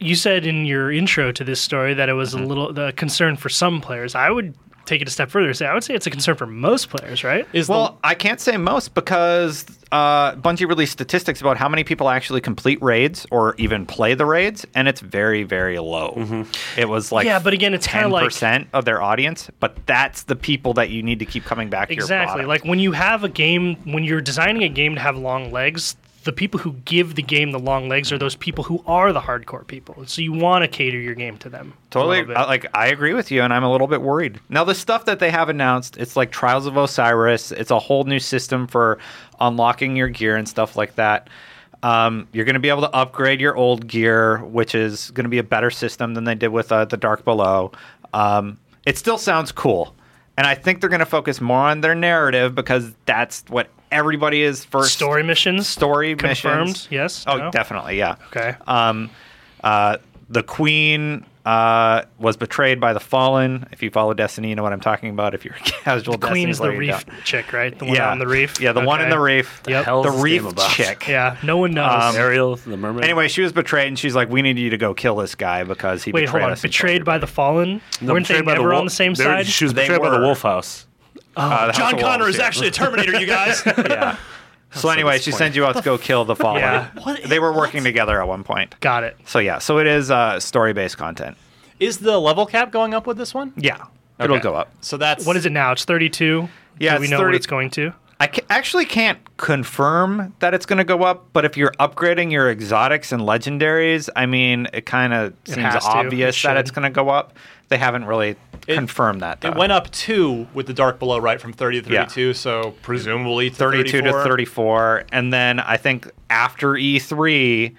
S5: you said in your intro to this story that it was
S6: Mm-hmm.
S5: a little the concern for some players. I would take it a step further and say I would say it's a concern for most players, right?
S3: Is the-
S6: Well, I can't say most because uh, Bungie released statistics about how many people actually complete raids or even play the raids, and it's very, very low.
S3: Mm-hmm.
S6: It was like
S5: Yeah, but again, it's kinda like-
S6: percent of their audience, but that's the people that you need to keep coming back to
S5: Exactly.
S6: your
S5: Like
S6: product.
S5: when you have a game, when you're designing a game to have long legs, the people who give the game the long legs are
S6: Mm-hmm.
S5: those people who are the hardcore people. So you want to cater your game to them. a little
S6: totally.
S5: bit.
S6: I, like I agree with you, and I'm a little bit worried now. The stuff that they have announced, it's like Trials of Osiris. It's a whole new system for unlocking your gear and stuff like that. Um, you're going to be able to upgrade your old gear, which is going to be a better system than they did with uh, the Dark Below. Um, it still sounds cool, and I think they're going to focus more on their narrative because that's what everybody is first.
S5: story missions.
S6: story
S5: confirmed.
S6: missions.
S5: Yes.
S6: Oh,
S5: No?
S6: definitely. Yeah.
S5: Okay.
S6: Um, uh, the Queen uh, was betrayed by the Fallen. If you follow Destiny, you know what I'm talking about. If you're a casual Destiny
S5: Clean's the
S6: player, you
S5: reef
S6: don't.
S5: chick, right? The one
S6: yeah.
S5: on the reef.
S6: Yeah, the one in
S5: Okay.
S6: the reef.
S5: Yep.
S4: hell's
S6: The
S4: this
S6: reef Um,
S4: game about?
S6: chick.
S5: Yeah, no one knows.
S4: Ariel, the mermaid.
S6: Anyway, she was betrayed, and she's like, "We need you to go kill this guy because he
S5: Wait,
S6: betrayed
S5: hold on.
S6: us." and
S5: Betrayed by the fallen?
S4: No,
S5: Weren't they
S4: betrayed by
S5: never
S4: wolf-
S5: on the same
S4: they-
S5: side?
S4: She was
S6: They
S4: betrayed by the
S6: were.
S4: wolf house.
S6: Uh, the House
S3: John
S6: of
S3: Connor
S6: Wolves,
S3: is
S6: yeah.
S3: actually a Terminator, you guys.
S6: yeah. So anyway, she sends you out to go kill the Fallen.
S5: Yeah.
S6: They were working together at one point.
S5: Got it.
S6: So yeah, so it is uh, story-based content.
S3: is the level cap going up with this one?
S6: Yeah, it'll
S3: Okay.
S6: go up.
S3: So that's
S5: What is it now? It's 32?
S6: Yeah,
S5: Do we
S6: it's
S5: know
S6: 30
S5: what it's going to?
S6: I ca- actually can't confirm that it's going to go up, but if you're upgrading your exotics and legendaries, I mean, it kind of seems
S5: has to. It
S6: obvious that
S5: should.
S6: it's going to go up. They haven't really confirmed that. Though.
S3: It went up two with the dark below, right, from 30 to
S6: Yeah.
S3: 32. So presumably to
S6: 32 to
S3: 34.
S6: 34 and then i think after e3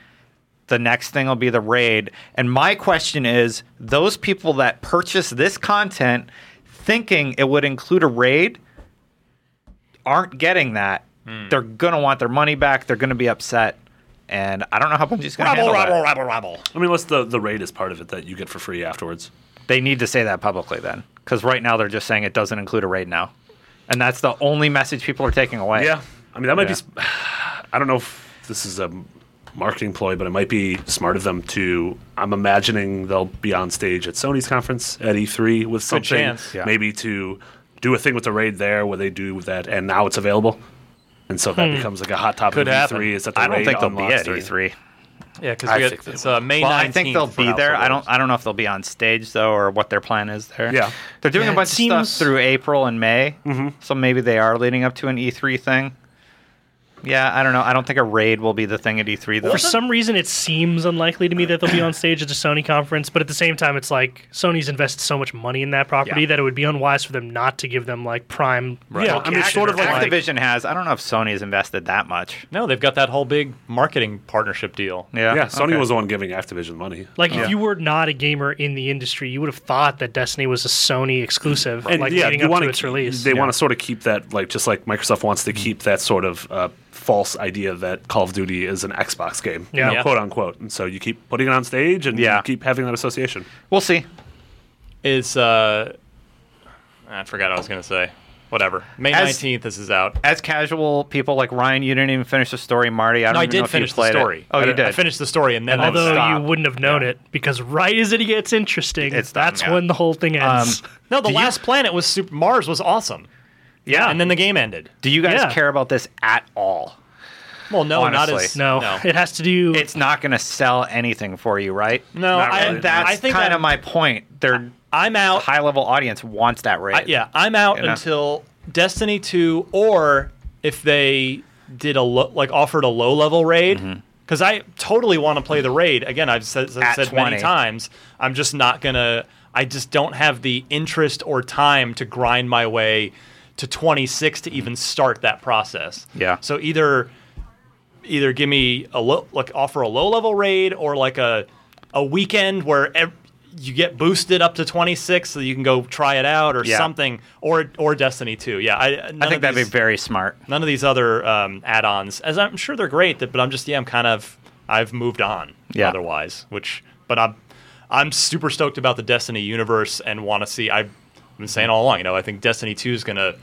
S6: the next thing will be the raid and my question is those people that purchase this content thinking it would include a raid aren't getting that
S4: Hmm.
S6: they're going to want their money back they're going to be upset and i don't know how bungie's going to handle that.
S3: rabble, rabble.
S4: I mean, unless the, the raid is part of it that you get for free afterwards.
S6: they need to say that publicly then because right now they're just saying it doesn't include a raid now and that's the only message people are taking away
S4: Yeah. I mean, that might be. s- I don't know if this is a marketing ploy, but it might be smart of them to. I'm imagining they'll be on stage at Sony's conference at E3 with something.
S3: chance. Yeah.
S4: Maybe to do a thing with the raid there where they do that, and now it's available. And so that becomes like a hot topic
S3: Hmm. Could
S4: of E3.
S3: happen.
S4: Is that the
S6: i don't
S4: raid
S6: think they'll be
S4: unlocks
S6: at E
S4: their-
S6: e3
S3: Yeah, because
S4: I
S3: we
S4: think
S3: got
S4: they
S3: it's uh, May
S6: Well,
S3: 19th.
S6: I think they'll
S3: for
S6: be there.
S3: Alpha
S6: I don't.
S3: Wolves.
S6: I don't know if they'll be on stage though, or what their plan is there.
S4: Yeah.
S6: they're doing
S5: Yeah,
S6: a
S5: it
S6: bunch of
S5: seems-
S6: stuff through April and May, so maybe they are leading up to an E3 thing. Yeah, I don't know. I don't think a raid will be the thing at E3 though.
S5: For some reason, it seems unlikely to me that they'll be on stage at a Sony conference, but at the same time, it's like Sony's invested so much money in that property
S6: Yeah.
S5: that it would be unwise for them not to give them like prime.
S4: Yeah, I mean, it's sort of like
S6: Activision has. I don't know if Sony has invested that much.
S3: No, they've got that whole big marketing partnership deal.
S6: Yeah,
S4: Yeah, Sony
S6: okay.
S4: was the one giving Activision money.
S5: Like if you were not a gamer in the industry, you would have thought that Destiny was a Sony exclusive, like leading
S4: you
S5: up
S4: wanna
S5: to its
S4: keep-
S5: release.
S4: They want to sort of keep that, like just like Microsoft wants to keep that sort of uh, false idea that Call of Duty is an Xbox game, you
S5: Yeah.
S4: know,
S5: Yeah.
S4: quote unquote. And so you keep putting it on stage, and
S6: Yeah.
S4: you keep having that association.
S6: We'll see.
S3: Is uh, I forgot what I was gonna say. Whatever. May
S6: As-
S3: 19th, this is out.
S6: As casual people like Ryan, you didn't even finish the story. Marty, I don't
S3: No, I
S6: even know
S3: did
S6: if you
S3: finish the
S6: played it.
S3: story.
S6: Oh,
S3: I,
S6: you did.
S3: I finished the story and then I
S5: Although
S3: stopped.
S5: you wouldn't have known it because right as it gets interesting,
S6: It's done,
S5: that's
S6: yeah.
S5: when the whole thing ends.
S3: no, the last planet was super, Mars was awesome.
S5: yeah,
S3: and then the game ended.
S6: Do you guys
S5: Yeah.
S6: care about this at all?
S3: Well, no, not
S6: Honestly.
S3: as
S5: no,
S3: no.
S5: it has to do.
S6: It's not going to sell anything for you, right?
S3: No,
S4: Not
S3: I,
S4: really.
S6: And that's
S3: I think
S6: kind
S3: I'm-
S6: of my point. Their
S3: I'm out.
S6: high level audience wants that rate.
S3: I- yeah, I'm out
S6: You know?
S3: until Destiny 2, or if they did a lo- like offered a low level raid, because I totally want to play the raid. Again, I've said, I've
S6: Mm-hmm. At
S3: said
S6: 20.
S3: many times, I'm just not gonna. I just don't have the interest or time to grind my way to 26 to even start that process.
S6: Mm-hmm. Yeah.
S3: So either either give me a low, like offer a low level raid or like a a weekend where ev- you get boosted up to 26 so you can go try it out or
S6: Yeah.
S3: something or or Destiny 2. Yeah, I none
S6: I think
S3: of
S6: that'd be
S3: these,
S6: very smart.
S3: none of these other um, add-ons as I'm sure they're great that, but I'm just yeah, I'm kind of I've moved on
S6: Yeah.
S3: otherwise, which but I'm I'm super stoked about the Destiny universe and want to see I've been saying all along, you know, I think Destiny 2 is going to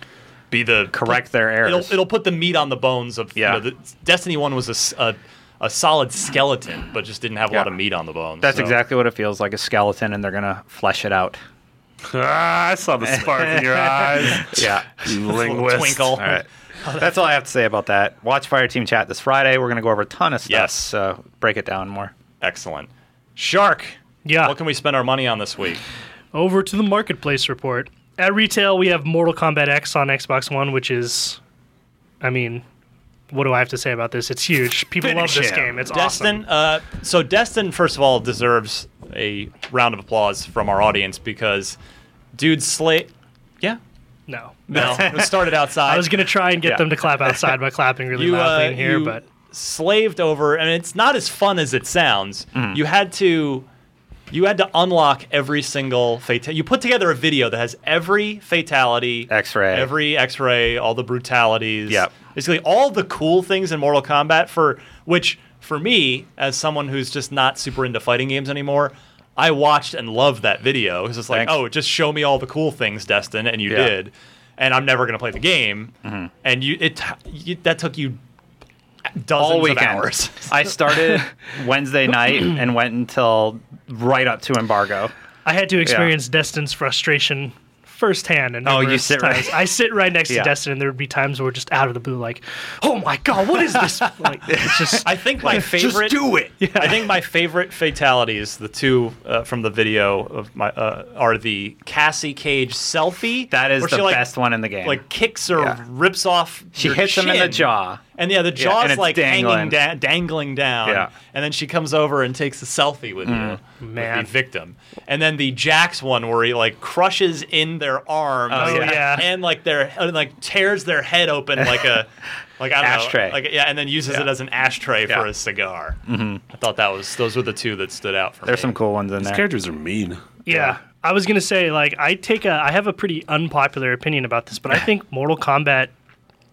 S3: be the
S6: Correct their errors.
S3: It'll, it'll put the meat on the bones of
S6: Yeah.
S3: You know, the, Destiny One was a s- a, a solid skeleton, but just didn't have a lot
S6: Yeah.
S3: of meat on the bones.
S6: That's
S3: so.
S6: exactly what it feels like a skeleton, and they're going to flesh it out.
S4: Ah, I saw the spark in your eyes,
S6: Yeah.
S4: you
S3: Little
S4: linguist.
S3: Twinkle.
S6: all right.
S3: Oh,
S6: That's all I have to say about that. Watch Fire Team Chat this Friday. We're going to go over a ton of stuff.
S3: Yes.
S6: So break it down more.
S3: Excellent. Shark.
S5: yeah,
S3: What can we spend our money on this week?
S5: over to the marketplace report. At retail, we have Mortal Kombat X on Xbox One, which is, I mean, what do I have to say about this? It's huge. People love this game. It's awesome.
S3: Destin. Uh, so Destin, first of all, deserves a round of applause from our audience because, dude, Slate. Yeah.
S5: No,
S3: No, it started outside.
S5: I was gonna try and get them to clap outside by clapping really
S3: you,
S5: loudly
S3: uh,
S5: in here,
S3: you
S5: but
S3: slaved over, and it's not as fun as it sounds.
S5: Mm.
S3: You had to, you had to unlock every single fatality. You put together a video that has every fatality,
S6: X-ray.
S3: every X-ray, all the brutalities.
S6: Yep.
S3: basically all the cool things in Mortal Kombat. For which, for me, as someone who's just not super into fighting games anymore. I watched and loved that video. It's just like,
S6: Thanks.
S3: oh, just show me all the cool things, Destin, and you
S6: Yeah. Mm-hmm.
S3: did. And I'm never gonna play the game. And you, it, you, that took you dozens
S6: all
S3: of
S6: weekend.
S3: hours.
S6: I started Wednesday night and went until right up to embargo.
S5: I had to experience Destin's frustration firsthand. And
S6: Oh, you
S5: numerous
S6: sit right-
S5: times. I sit right next
S6: Yeah.
S5: to Destin, and there would be times where we're just out of the blue, like, "Oh my god, what is this?" like, it's just
S3: I think my favorite.
S6: do it.
S3: I think my favorite fatalities, the two uh, from the video of my, uh, are the Cassie Cage selfie.
S6: That is
S3: where
S6: the
S3: she, like-
S6: best one in the game.
S3: Like kicks or
S6: Yeah.
S3: rips off.
S6: She
S3: your
S6: hits him in the
S3: chin.
S6: jaw.
S3: And yeah, the
S6: Yeah,
S3: jaw's
S6: and it's
S3: like
S6: dangling.
S3: hanging da- dangling down.
S6: Yeah. Mm.
S3: And then she comes over and takes a selfie with you,
S5: Man.
S3: with the victim. And then the Jax one where he like crushes in their arms.
S5: Oh, yeah. yeah.
S3: And like their and like tears their head open like a like I don't
S6: Ashtray.
S3: know, like yeah, and then uses it as an ashtray for a cigar.
S6: Mm-hmm.
S3: I thought that was those were the two that stood out for
S6: There's
S3: me.
S6: some cool ones in there.
S4: Characters are mean.
S5: Yeah. I was gonna say like I take a I have a pretty unpopular opinion about this, but I think Mortal Kombat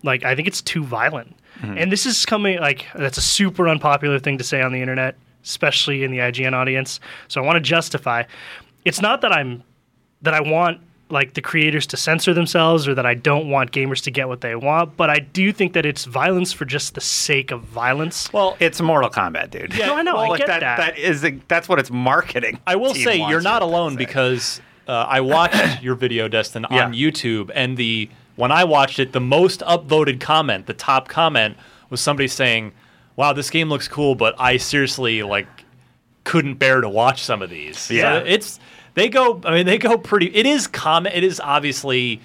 S5: like I think it's too violent. And this is coming like that's a super unpopular thing to say on the internet, especially in the IGN audience. So I want to justify. It's not that I'm that I want like the creators to censor themselves or that I don't want gamers to get what they want, but I do think that it's violence for just the sake of violence.
S3: well,
S6: It's Mortal Kombat, dude.
S3: Yeah,
S5: no, I know,
S3: well,
S5: I
S6: Like
S5: get
S6: that,
S5: that.
S6: that is that's what it's marketing.
S3: I will
S6: team
S3: say
S6: wants
S3: you're not
S6: you to
S3: alone
S6: say.
S3: because uh, I watched your video, Destin,
S6: Yeah.
S3: on YouTube, and the when I watched it, the most upvoted comment, the top comment, was somebody saying, "Wow, this game looks cool, but I seriously like couldn't bear to watch some of these."
S6: Yeah.
S3: so it's they go. I mean, they go pretty. It is comic. It is obviously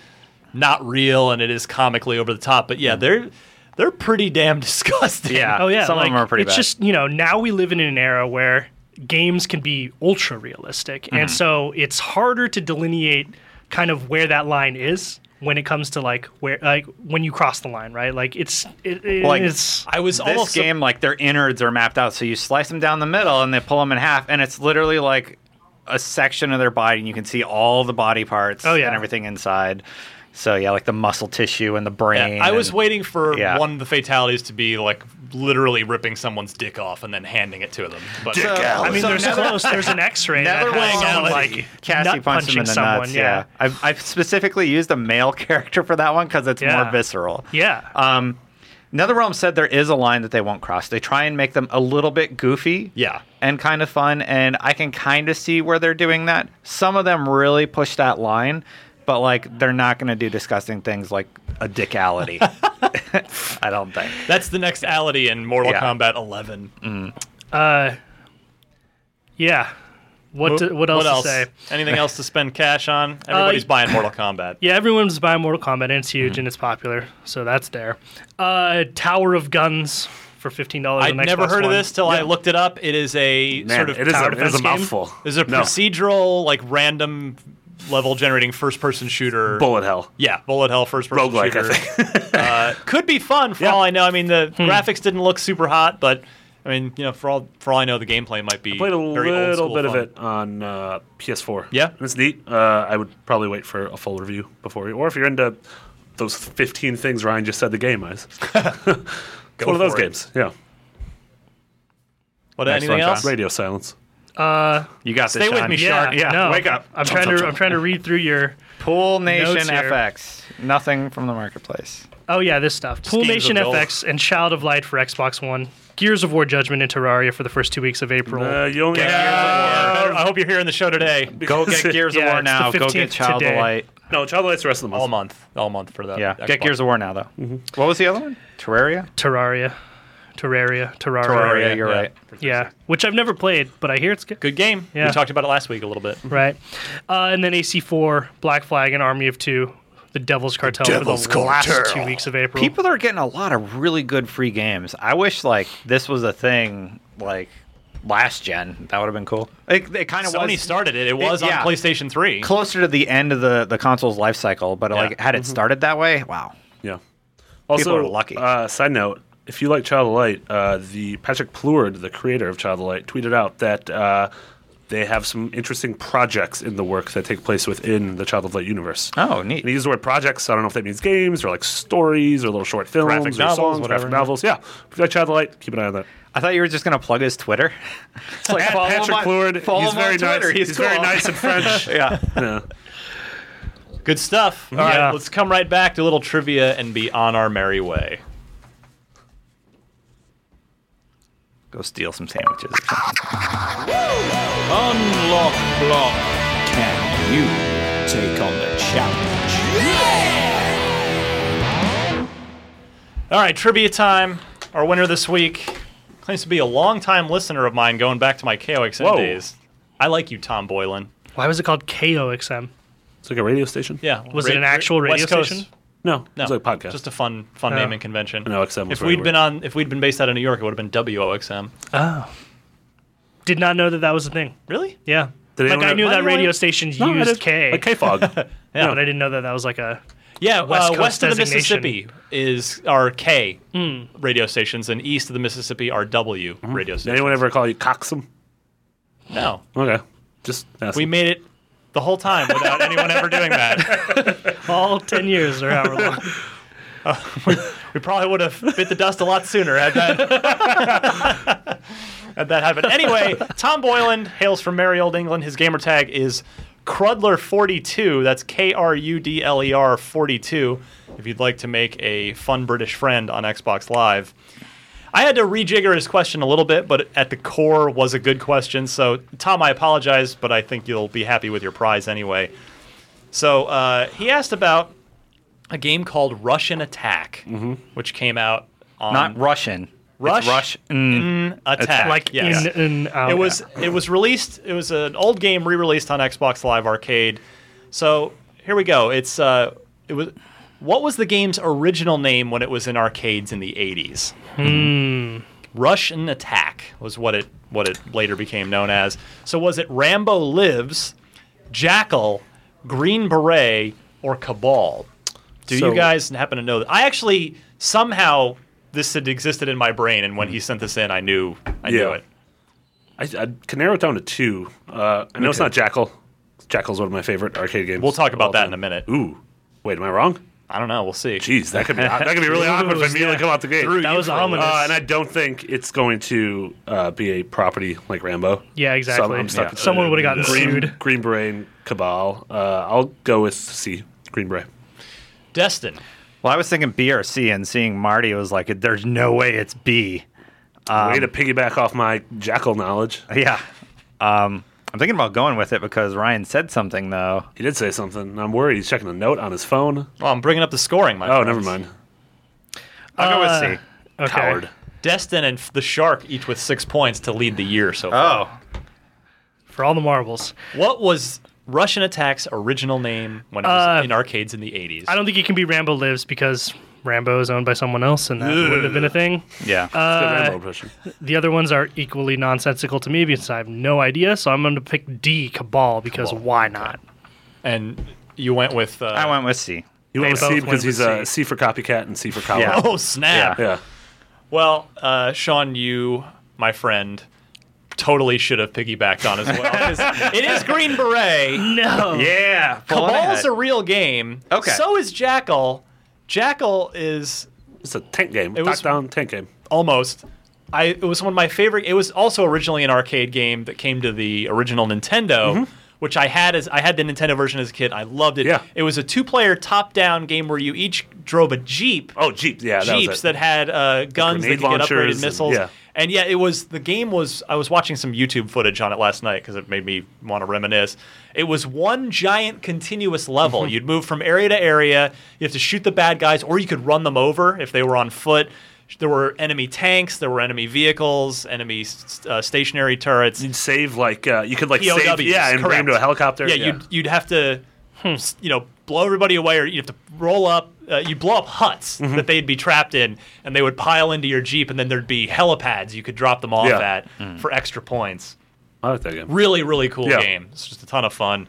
S3: not real, and it is comically over the top. But yeah, they're they're pretty damn disgusting.
S6: Mm. Yeah.
S5: Oh yeah,
S6: Uh, Some of
S5: like,
S6: them are pretty
S5: It's
S6: bad.
S5: just you know now we live in an era where games can be ultra realistic,
S6: Mm-hmm.
S5: and so it's harder to delineate kind of where that line is when it comes to like where like when you cross the line, right? Like it's it, it-
S6: Like,
S5: it's
S3: I was
S6: this
S3: almost
S6: game like their innards are mapped out, so you slice them down the middle and they pull them in half, and it's literally like a section of their body, and you can see all the body parts
S5: Oh, yeah.
S6: and everything inside. So yeah, like the muscle tissue and the brain.
S3: Yeah, I was
S6: and-
S3: waiting for
S6: yeah.
S3: one of the fatalities to be like literally ripping someone's dick off and then handing it to them. But
S6: So-
S5: I mean,
S6: so
S5: there's
S6: now that-
S5: close. There's an X-ray that
S6: Nether
S5: has
S6: Wang
S5: someone,
S3: Alley.
S5: like
S6: Cassie
S5: nut
S6: punches him
S5: punching
S6: in the
S5: someone.
S6: nuts.
S5: yeah,
S6: Yeah, I've, I've specifically used a male character for that one because it's
S5: Yeah.
S6: more visceral.
S5: yeah.
S6: Um, NetherRealm said there is a line that they won't cross. They try and make them a little bit goofy,
S3: Yeah.
S6: and kind of fun. And I can kind of see where they're doing that. Some of them really push that line, but like they're not going to do disgusting things like a dickality. I don't think.
S3: that's the next ality in Mortal
S6: Yeah.
S3: Kombat 11.
S5: yeah. What do, what else, to say? Uh,
S3: Anything else to spend cash on? Everybody's buying Mortal Kombat.
S5: Yeah, everyone's buying Mortal Kombat, and it's
S6: Mm-hmm.
S5: huge and it's popular, so that's there. Uh, Tower of Guns for fifteen dollars.
S3: I'd never heard of this till I looked it up. It is a
S4: Man,
S3: sort of
S4: it is a,
S5: tower
S4: it
S5: defense
S4: is a
S5: game?
S4: mouthful.
S3: is a
S4: No.
S3: procedural like random level generating first person shooter.
S4: bullet hell.
S3: Yeah, bullet hell first person
S4: Roguelike, I
S3: shooter. uh, could be fun for
S4: Yeah.
S3: all I know. I mean, the
S6: Hmm.
S3: graphics didn't look super hot, but I mean, you know, for all for all I know, the gameplay might be
S4: Played a
S3: very old
S4: little
S3: school
S4: bit of
S3: fun.
S4: it on uh, PS4.
S3: Yeah?
S4: And it's neat. Uh, I would probably wait for a full review before you, or if you're into those 15 things Ryan just said the game is. it's one of those
S3: for it.
S4: games. Yeah.
S3: What
S6: Next
S3: anything
S6: one, John.
S3: else?
S4: Radio silence.
S6: You got
S3: Stay
S6: this.
S3: with
S6: Sean.
S3: me,
S5: Yeah,
S3: Shark.
S5: yeah. No,
S6: wake up.
S5: I'm trying to. I'm trying to read through your.
S6: Pool Nation
S5: Notes here.
S6: FX. Nothing from the marketplace.
S5: Oh yeah, this stuff. Pool
S3: Schemes of
S5: Nation
S3: gold.
S5: FX and Child of Light for Xbox One. Gears of War Judgment and Terraria for the first two weeks of April.
S4: Uh, you only
S3: Yeah, Uh, I hope you're hearing the show today.
S6: Go get Gears of
S5: Yeah,
S6: War
S5: it's the
S6: now. Go
S5: 15th
S6: get Child
S5: today.
S6: of Light.
S4: no, Child of Light's the rest of the
S3: All
S4: month.
S3: month, all month for that.
S6: Yeah, get
S3: Xbox.
S6: Gears of War now though.
S5: Mm-hmm.
S6: What was the other one? Terraria.
S5: Terraria, Terraria, Terraria.
S6: Terraria. You're
S3: yeah.
S6: right.
S5: Yeah, which I've never played, but I hear it's good.
S3: Good game.
S5: Yeah.
S3: We talked about it last week a little bit.
S5: Right, uh, and then AC4, Black Flag, and Army of Two, the Devil's Cartel
S4: Devil's
S5: for the last
S4: Cartel.
S5: two weeks of April.
S6: People are getting a lot of really good free games. I wish like this was a thing like last gen. That would have been cool. It, it kind of
S3: Sony
S6: was
S3: started it. It was
S6: yeah.
S3: on PlayStation 3.
S6: closer to the end of the the console's life cycle, but like had
S4: Mm-hmm.
S6: it started that way, wow.
S4: Yeah. Also,
S6: are lucky.
S4: Uh, side note: If you like Child of Light, uh, the Patrick Pleward, the creator of Child of Light, tweeted out that uh, they have some interesting projects in the work that take place within the Child of Light universe.
S6: Oh,
S4: And he
S6: neat.
S4: used the word projects. So I don't know if that means games or like stories or little short films
S3: Graphic
S4: or
S3: novels,
S4: songs,
S3: whatever.
S4: graphic novels. Yeah. If you like Child of Light, keep an eye on that.
S6: I thought you were just gonna plug his Twitter. It's like
S4: At
S6: follow him
S4: Patrick
S6: on-
S4: Fluid.
S6: follow
S4: He's
S6: him on
S4: very nice.
S6: Twitter,
S4: He's, very
S6: cool.
S4: nice in French.
S6: yeah.
S4: yeah.
S3: Good stuff. All right,
S5: Yeah.
S3: let's come right back to a little trivia and be on our merry way.
S6: Go steal some sandwiches. Or something.
S7: Unlock block. Can you take on the challenge?
S3: All right, trivia time. Our winner this week claims to be a longtime listener of mine going back to my KOXN
S4: Whoa.
S3: days. I like you, Tom Boylan.
S5: Why was it called KOXM?
S4: It's like a radio station.
S3: Yeah.
S5: Was it an actual radio
S3: West Coast.
S5: station?
S4: No,
S3: No,
S4: it's like a podcast.
S3: Just a fun, fun naming convention.
S4: No, XM was
S3: If
S4: where
S3: we'd
S4: we were.
S3: been on, if we'd been based out of New York, it would have been WOXM.
S5: Oh. Did not know that that was a thing.
S3: Really?
S5: Yeah.
S4: Did
S5: like
S4: anyone-
S5: I knew
S4: Why
S5: that
S4: do I-
S5: radio stations
S4: No, I
S5: used
S4: did-
S5: K,
S4: Like K Fog.
S5: yeah. but I didn't know that that was like a.
S3: Yeah,
S5: West
S3: uh,
S5: Coast
S3: west of the
S5: designation.
S3: Mississippi is our K radio stations, and east of the Mississippi are W radio
S4: Did
S3: stations.
S4: Mm-hmm. anyone ever call you Coxum?
S3: No,
S4: Okay. Just ask.
S3: we made it the whole time without anyone ever doing that.
S5: All 10 years or however long.
S3: We probably would have bit the dust a lot sooner had that had that happened. Anyway, Tom Boyland hails from merry old England. His gamer tag is Crudler42. That's K R U D L E R 42. If you'd like to make a fun British friend on Xbox Live. I had to rejigger his question a little bit, but at the core was a good question. So, Tom, I apologize, but I think you'll be happy with your prize anyway. So, uh, he asked about a game called Russian Attack, which came out on
S6: Not Russian.
S3: Rush?
S6: It's Rush. Mm.
S3: Attack.
S5: Like
S3: yes.
S5: in um, and out.
S4: Oh,
S3: it was it was released. It was an old game re-released on Xbox Live Arcade. So here we go. It's uh, it was what was the game's original name when it was in arcades in the '80s?
S4: Hmm.
S3: Russian Attack was what it what it later became known as. So was it Rambo Lives, Jackal, Green Beret, or Cabal? Do
S4: So-
S3: you guys happen to know? That? I actually somehow this had existed in my brain, and when he sent this in, I knew I knew
S4: Hmm. Yeah.
S3: it.
S4: I, I can narrow it down to two. Uh, I know it's not Jackal. Jackal's one of my favorite arcade games.
S3: We'll talk
S4: of all
S3: about that in
S4: time.
S3: a minute.
S4: Ooh. Wait, am I wrong?
S3: I don't know. We'll see.
S4: Jeez, that could be that could be really awkward if I immediately come out the gate.
S5: That was ominous.
S4: Uh, and I don't think it's going to uh, be a property like Rambo.
S5: yeah, exactly.
S4: So I'm- I'm stuck with-
S5: Someone would have gotten
S4: Green,
S5: sued.
S4: Green Beret and Cabal. Uh, I'll go with C. Green Beret.
S3: Destin.
S6: Well, I was thinking B or C, and seeing Marty was like, "There's no way it's B."
S5: Um,
S4: Way to piggyback off my Jackal knowledge.
S6: Yeah. Um, I'm thinking about going with it because Ryan said something though.
S4: He did say something. and I'm worried. He's checking a note on his phone.
S3: Well, Oh, I'm bringing up the scoring, my
S4: Oh,
S3: friends.
S4: never mind.
S6: I'll go
S5: Uh,
S6: with C.
S5: Okay.
S4: Coward.
S3: Destin and the Shark each with six points to lead the year so far.
S6: Oh,
S5: For all the marbles.
S3: What was Russian Attack's original name when it was
S5: Uh,
S3: in arcades in the 80s?
S5: I don't think it can be Rambo Lives because Rambo is owned by someone else and that wouldn't have been a thing.
S6: yeah.
S4: Good
S5: Uh,
S4: Rambo impression.
S5: The other ones are equally nonsensical to me because I have no idea. So I'm going to pick D, Cabal, because why not?
S3: and you went with. Uh,
S6: I went with C.
S4: You want to
S5: both
S4: C
S5: went
S4: because
S5: with
S4: he's a C for copycat and C for coward.
S6: Yeah.
S3: Oh, snap.
S4: Yeah.
S3: Well, uh, Sean, you, my friend, totally should have piggybacked on as well. 'cause it is Green Beret.
S5: No.
S6: Yeah.
S3: Cabal's a real game.
S6: Okay.
S3: So is Jackal. Jackal is
S4: It's a tank game.
S3: It
S4: It
S3: was-
S4: down tank game.
S3: almost. I it was one of my favorite. It was also originally an arcade game that came to the original Nintendo, which I had as I had the Nintendo version as a kid. I loved it.
S4: Yeah.
S3: It was a two-player top-down game where you each drove a jeep.
S4: Oh, Jeep. Yeah, that was
S3: Jeeps
S4: it.
S3: that had uh, guns that
S4: grenade
S3: could get
S4: launchers
S3: upgraded
S4: and-
S3: missiles,
S4: yeah.
S3: and yeah, it was the game was. I was watching some YouTube footage on it last night because it made me want to reminisce. It was one giant continuous level.
S4: Mm-hmm.
S3: You'd move from area to area. You have to shoot the bad guys, or you could run them over if they were on foot. There were enemy tanks, there were enemy vehicles, enemy s- uh, stationary turrets.
S4: You'd save like uh, you could like
S3: POWs.
S4: save yeah and bring him to
S3: correct.
S4: a helicopter.
S3: Yeah, you'd you'd have to,
S4: Hmm.
S3: s- you know, blow everybody away, or you'd have to roll up. Uh, you'd blow up huts
S4: Mm-hmm.
S3: that they'd be trapped in, and they would pile into your jeep, and then there'd be helipads you could drop them off
S4: Yeah.
S3: at for extra points.
S4: I like that game.
S3: Really, really cool
S4: Yeah.
S3: game. It's just a ton of fun.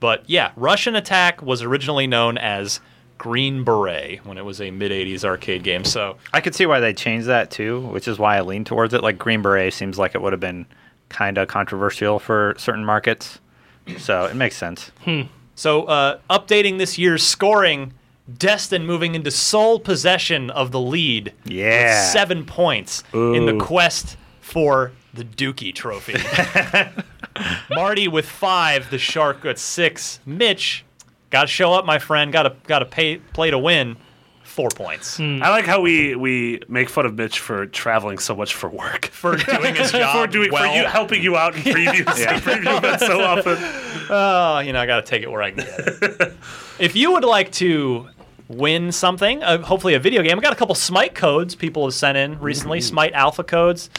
S3: But yeah, Russian Attack was originally known as Green Beret when it was a mid '80s arcade game. So
S6: I could see why they changed that too, which is why I lean towards it. Like Green Beret seems like it would have been kind of controversial for certain markets, so it makes sense.
S3: So, uh, updating this year's scoring, Destin moving into sole possession of the lead.
S6: Yeah.
S3: With seven points in the quest for the Dookie Trophy. Marty with five, the Shark at six. Mitch, gotta show up, my friend. Gotta gotta pay, play to win. Four points
S4: I like how we we make fun of Mitch for traveling so much for work.
S3: for doing his job.
S4: for doing
S3: well.
S4: for you helping you out in previews, preview events so often.
S3: Uh, you know, I got to take it where I can get it. if you would like to win something, uh, hopefully a video game, I got a couple Smite codes people have sent in recently, Smite Alpha codes,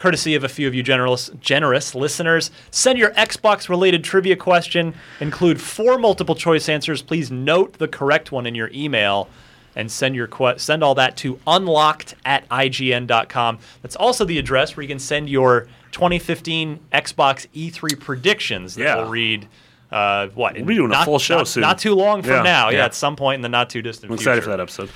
S3: courtesy of a few of you generous, generous listeners. Send your Xbox related trivia question, include four multiple choice answers. Please note the correct one in your email. And send your que- send all that to unlocked at ign.com. That's also the address where you can send your 2015 Xbox E3 predictions that
S4: Yeah.
S3: we'll read uh, what?
S4: We'll be doing a
S3: not,
S4: full show
S3: not-
S4: soon.
S3: Not too long from
S4: Yeah,
S3: now. Yeah.
S4: yeah.
S3: at some point in the not too distant
S4: I'm
S3: future.
S4: excited for that episode.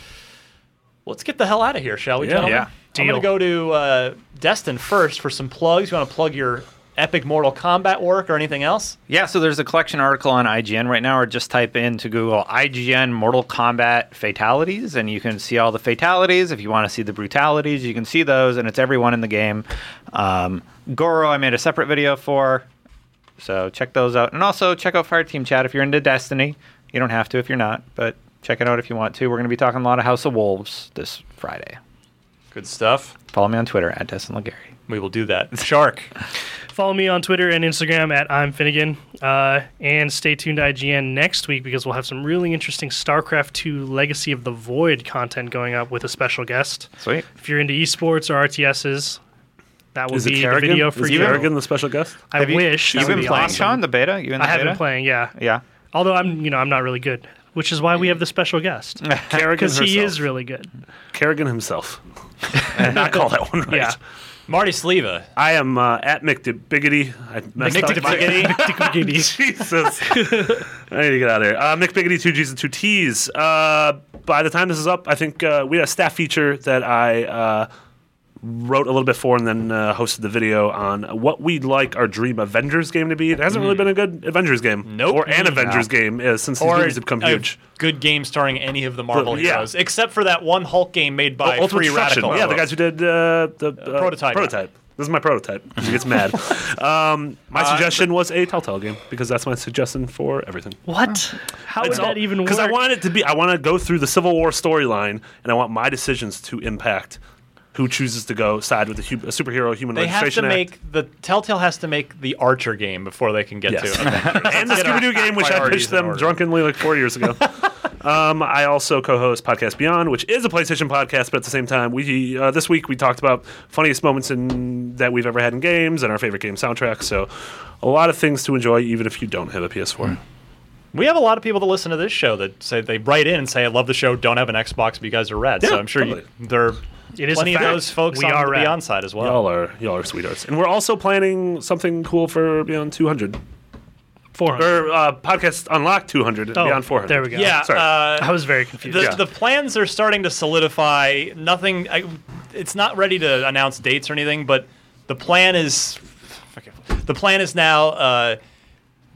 S3: Let's get the hell out of here, shall we,
S4: Yeah.
S3: gentlemen?
S4: Yeah.
S3: I'm going to go
S5: Deal.
S3: to uh, Destin first for some plugs. You want to plug your epic Mortal Kombat work or anything else?
S6: Yeah, so there's a collection article on IGN right now, or just type into Google IGN Mortal Kombat Fatalities, and you can see all the fatalities. If you want to see the brutalities, you can see those, and it's everyone in the game. Um, Goro, I made a separate video for, so check those out. And also check out Fire Team Chat if you're into Destiny. You don't have to if you're not, but check it out if you want to. We're going to be talking a lot of House of Wolves this Friday.
S3: Good stuff.
S6: Follow me on Twitter at Destin Legary.
S3: We will do that. Shark.
S5: Follow me on Twitter and Instagram at I'm Finnegan. Uh, and stay tuned to IGN next week because we'll have some really interesting StarCraft 2 Legacy of the Void content going up with a special guest.
S6: Sweet.
S5: If you're into esports or RTSs, that will
S4: Is it
S5: be the
S4: Kerrigan?
S5: video for
S4: Is
S5: you.
S4: Kerrigan the special guest?
S5: I wish. that
S6: You've
S5: would
S6: been
S5: be
S6: playing,
S5: awesome.
S6: Sean, the beta? You in the
S5: I have
S6: beta?
S5: been playing, yeah.
S6: Yeah.
S5: Although I'm, you know, I'm not really good, which is why we have the special guest
S4: Kerrigan
S5: because
S4: herself.
S5: he is really good.
S4: Kerrigan himself. And not call that one right.
S5: Yeah.
S3: Marty Sleva.
S4: I am uh, at Mick Biggity. I messed up my- Jesus. I need to get out of here. Uh, Mick Biggity, two G's and two T's. Uh, by the time this is up, I think uh, we had a staff feature that I uh, wrote a little bit for and then uh, hosted the video on what we'd like our dream Avengers game to be. It hasn't really been a good Avengers game.
S3: Hmm. Nope.
S4: Or an
S3: Mm,
S4: Avengers game uh, since these movies have become
S3: a
S4: huge.
S3: good game starring any of the Marvel
S4: Yeah.
S3: heroes, except for that one Hulk game made by
S4: Ultimate
S3: Free
S4: Destruction.
S3: Radical.
S4: Yeah, the guys who did uh, the uh,
S3: Prototype.
S4: Prototype. This is my prototype. She gets mad. um,
S3: Uh,
S4: my suggestion was a Telltale game because that's my suggestion for everything.
S5: What? How would that even work?
S4: Because I want it to be, I want to go through the Civil War storyline, and I want my decisions to impact who chooses to go side with the hu- superhero human
S3: They have to
S4: registration act.
S3: make the Telltale has to make the Archer game before they can get
S4: Yes.
S3: to Avengers.
S4: and the
S3: Let's get our
S4: Scooby Doo game, which I
S3: priorities
S4: pitched
S3: in
S4: them
S3: order.
S4: drunkenly like four years ago. um, I also co-host Podcast Beyond, which is a PlayStation podcast, but at the same time, we uh, this week we talked about funniest moments in that we've ever had in games and our favorite game soundtracks. So, a lot of things to enjoy, even if you don't have a
S3: Hmm.
S4: PS4.
S3: We have a lot of people that listen to this show that say they write in and say, "I love the show. Don't have an Xbox, but you guys are rad." so
S4: Yeah,
S3: I'm sure you,
S4: totally.
S3: there are
S5: It is a
S3: plenty of
S5: fact.
S3: those folks
S5: We
S3: on
S5: are
S3: the
S5: rad.
S3: Beyond side as well.
S4: Y'all are y'all are sweethearts, and we're also planning something cool for Beyond 200
S5: 400.
S4: or uh, Podcast Unlocked 200
S5: Oh,
S4: Beyond 400.
S5: there we go.
S3: yeah,
S4: Sorry.
S5: I
S3: uh,
S5: was very confused.
S3: the
S4: yeah.
S3: the plans are starting to solidify. Nothing, I, it's not ready to announce dates or anything, but the plan is, the plan is now uh,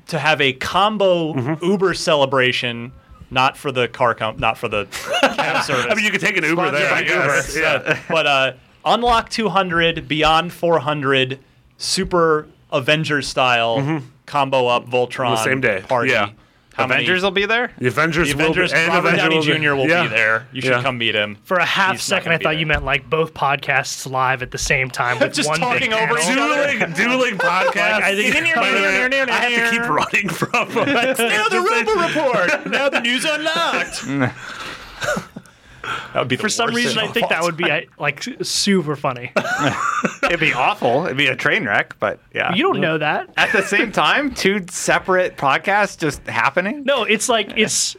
S3: to have a combo
S4: Mm-hmm.
S3: Uber celebration, not for the car comp, not for the cab service.
S4: I mean, you could take an Uber there. I
S3: Sponsored by
S4: guess.
S3: Uber.
S4: Yeah.
S3: but uh, unlock 200 beyond 400 super avengers style combo up voltron
S4: The same day.
S3: party
S4: Yeah.
S3: How many-
S6: Avengers will be there?
S4: The Avengers,
S3: the avengers
S4: will be, and
S3: robert
S4: Avenger
S3: downey
S4: will be-
S3: jr will
S4: yeah.
S3: be there you should
S4: Yeah.
S3: come meet him
S5: For a half
S3: He's not
S5: second,
S3: gonna
S5: I
S3: be
S5: thought
S3: there.
S5: you meant like both podcasts live at the same time with
S3: Just
S5: one
S3: talking
S5: big
S3: over
S5: panel.
S3: each other.
S4: dueling, dueling podcast. I think by the way, I have to keep running from.
S3: now the Robo report now the news unlocked that would be
S5: For some reason, I think that would be I- like s- super funny.
S6: It'd be awful. It'd be a train wreck, but yeah.
S5: You don't know that.
S6: At the same time, two separate podcasts just happening.
S5: No, it's like it's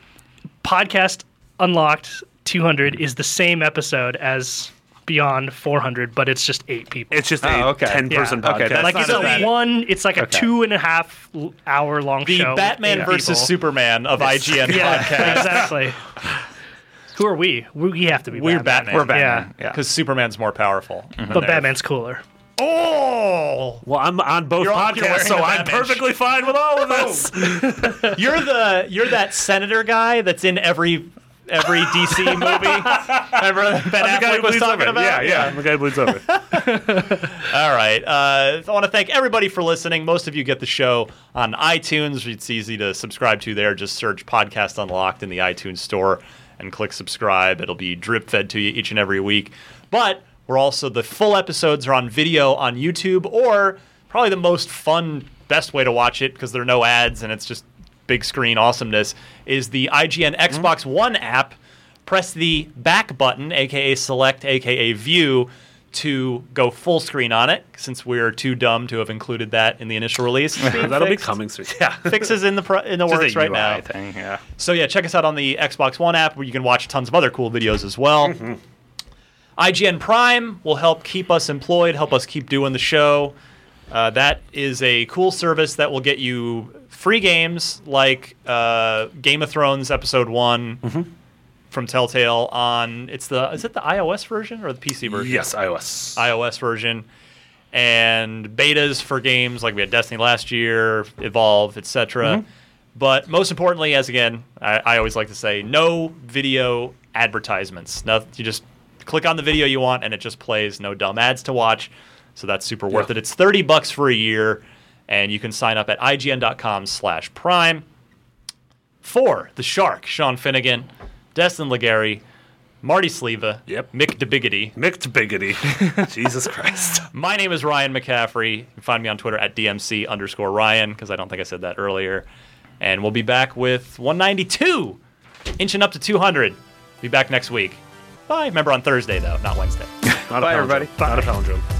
S5: podcast unlocked 200 is the same episode as Beyond 400, but it's just eight people.
S4: It's just
S6: Oh,
S4: a
S6: okay.
S4: ten person
S6: Yeah, okay,
S4: podcast.
S6: that's
S5: like
S6: not
S5: it's
S6: as
S5: a
S6: bad.
S5: one. It's like a
S6: Okay.
S5: two and a half l- hour long
S3: the
S5: show. with
S3: Batman
S5: eight
S3: versus
S5: people.
S3: Superman of IGN
S5: Yeah,
S3: podcast
S5: exactly. Who are we? We we have to be.
S3: We're
S5: Batman.
S3: Batman.
S6: We're Batman. Yeah.
S3: because Superman's more powerful. than
S5: but
S3: they are.
S5: Batman's cooler.
S3: Oh,
S4: well, I'm on both
S3: You're all- you're
S4: podcasts, so
S3: wearing a
S4: I'm
S3: Batman
S4: perfectly fine with all of this.
S3: You're the you're that senator guy that's in every every DC movie. Remember that Ben
S4: I'm the guy
S3: Affleck
S4: who
S3: was
S4: bleeds
S3: talking
S4: over.
S3: about?
S4: Yeah, yeah. I'm the guy who bleeds over.
S3: All right. Uh, I want to thank everybody for listening. Most of you get the show on iTunes. It's easy to subscribe to there. Just search Podcast Unlocked in the iTunes store and click subscribe. It'll be drip fed to you each and every week. But we're also, the full episodes are on video on YouTube or probably the most fun, best way to watch it because there are no ads and it's just big screen awesomeness is the IGN Xbox One app. Press the back button, aka select, aka view, to go full screen on it. Since we're too dumb to have included that in the initial release,
S4: That'll be coming soon. Yeah.
S3: Fixes in the pro- in the works right now.
S6: Thing, yeah.
S3: So yeah, check us out on the Xbox One app where you can watch tons of other cool videos as well. IGN Prime will help keep us employed, help us keep doing the show. Uh, that is a cool service that will get you free games like uh, Game of Thrones episode one from Telltale on it's the is it the iOS version or the PC version?
S4: Yes, iOS.
S3: iOS version and betas for games like we had Destiny last year, Evolve, etc.
S4: Mm-hmm.
S3: But most importantly, as again, I, I always like to say, no video advertisements. No, you just click on the video you want and it just plays. No dumb ads to watch. So that's super worth
S4: Yeah.
S3: it. It's thirty bucks for a year, and you can sign up at ign.com/prime. Four, the Shark, Sean Finnegan, Destin Legary, Marty Sleva,
S4: Yep.
S3: Mick DeBiggity.
S4: Micked biggity. Jesus Christ.
S3: My name is Ryan McCaffrey. You can find me on Twitter at DMC underscore Ryan, because I don't think I said that earlier. And we'll be back with 192, inching up to 200. Be back next week. Bye. Remember on Thursday, though, not Wednesday.
S4: Not Bye, a palindrome.
S6: everybody.
S4: Not a palindrome.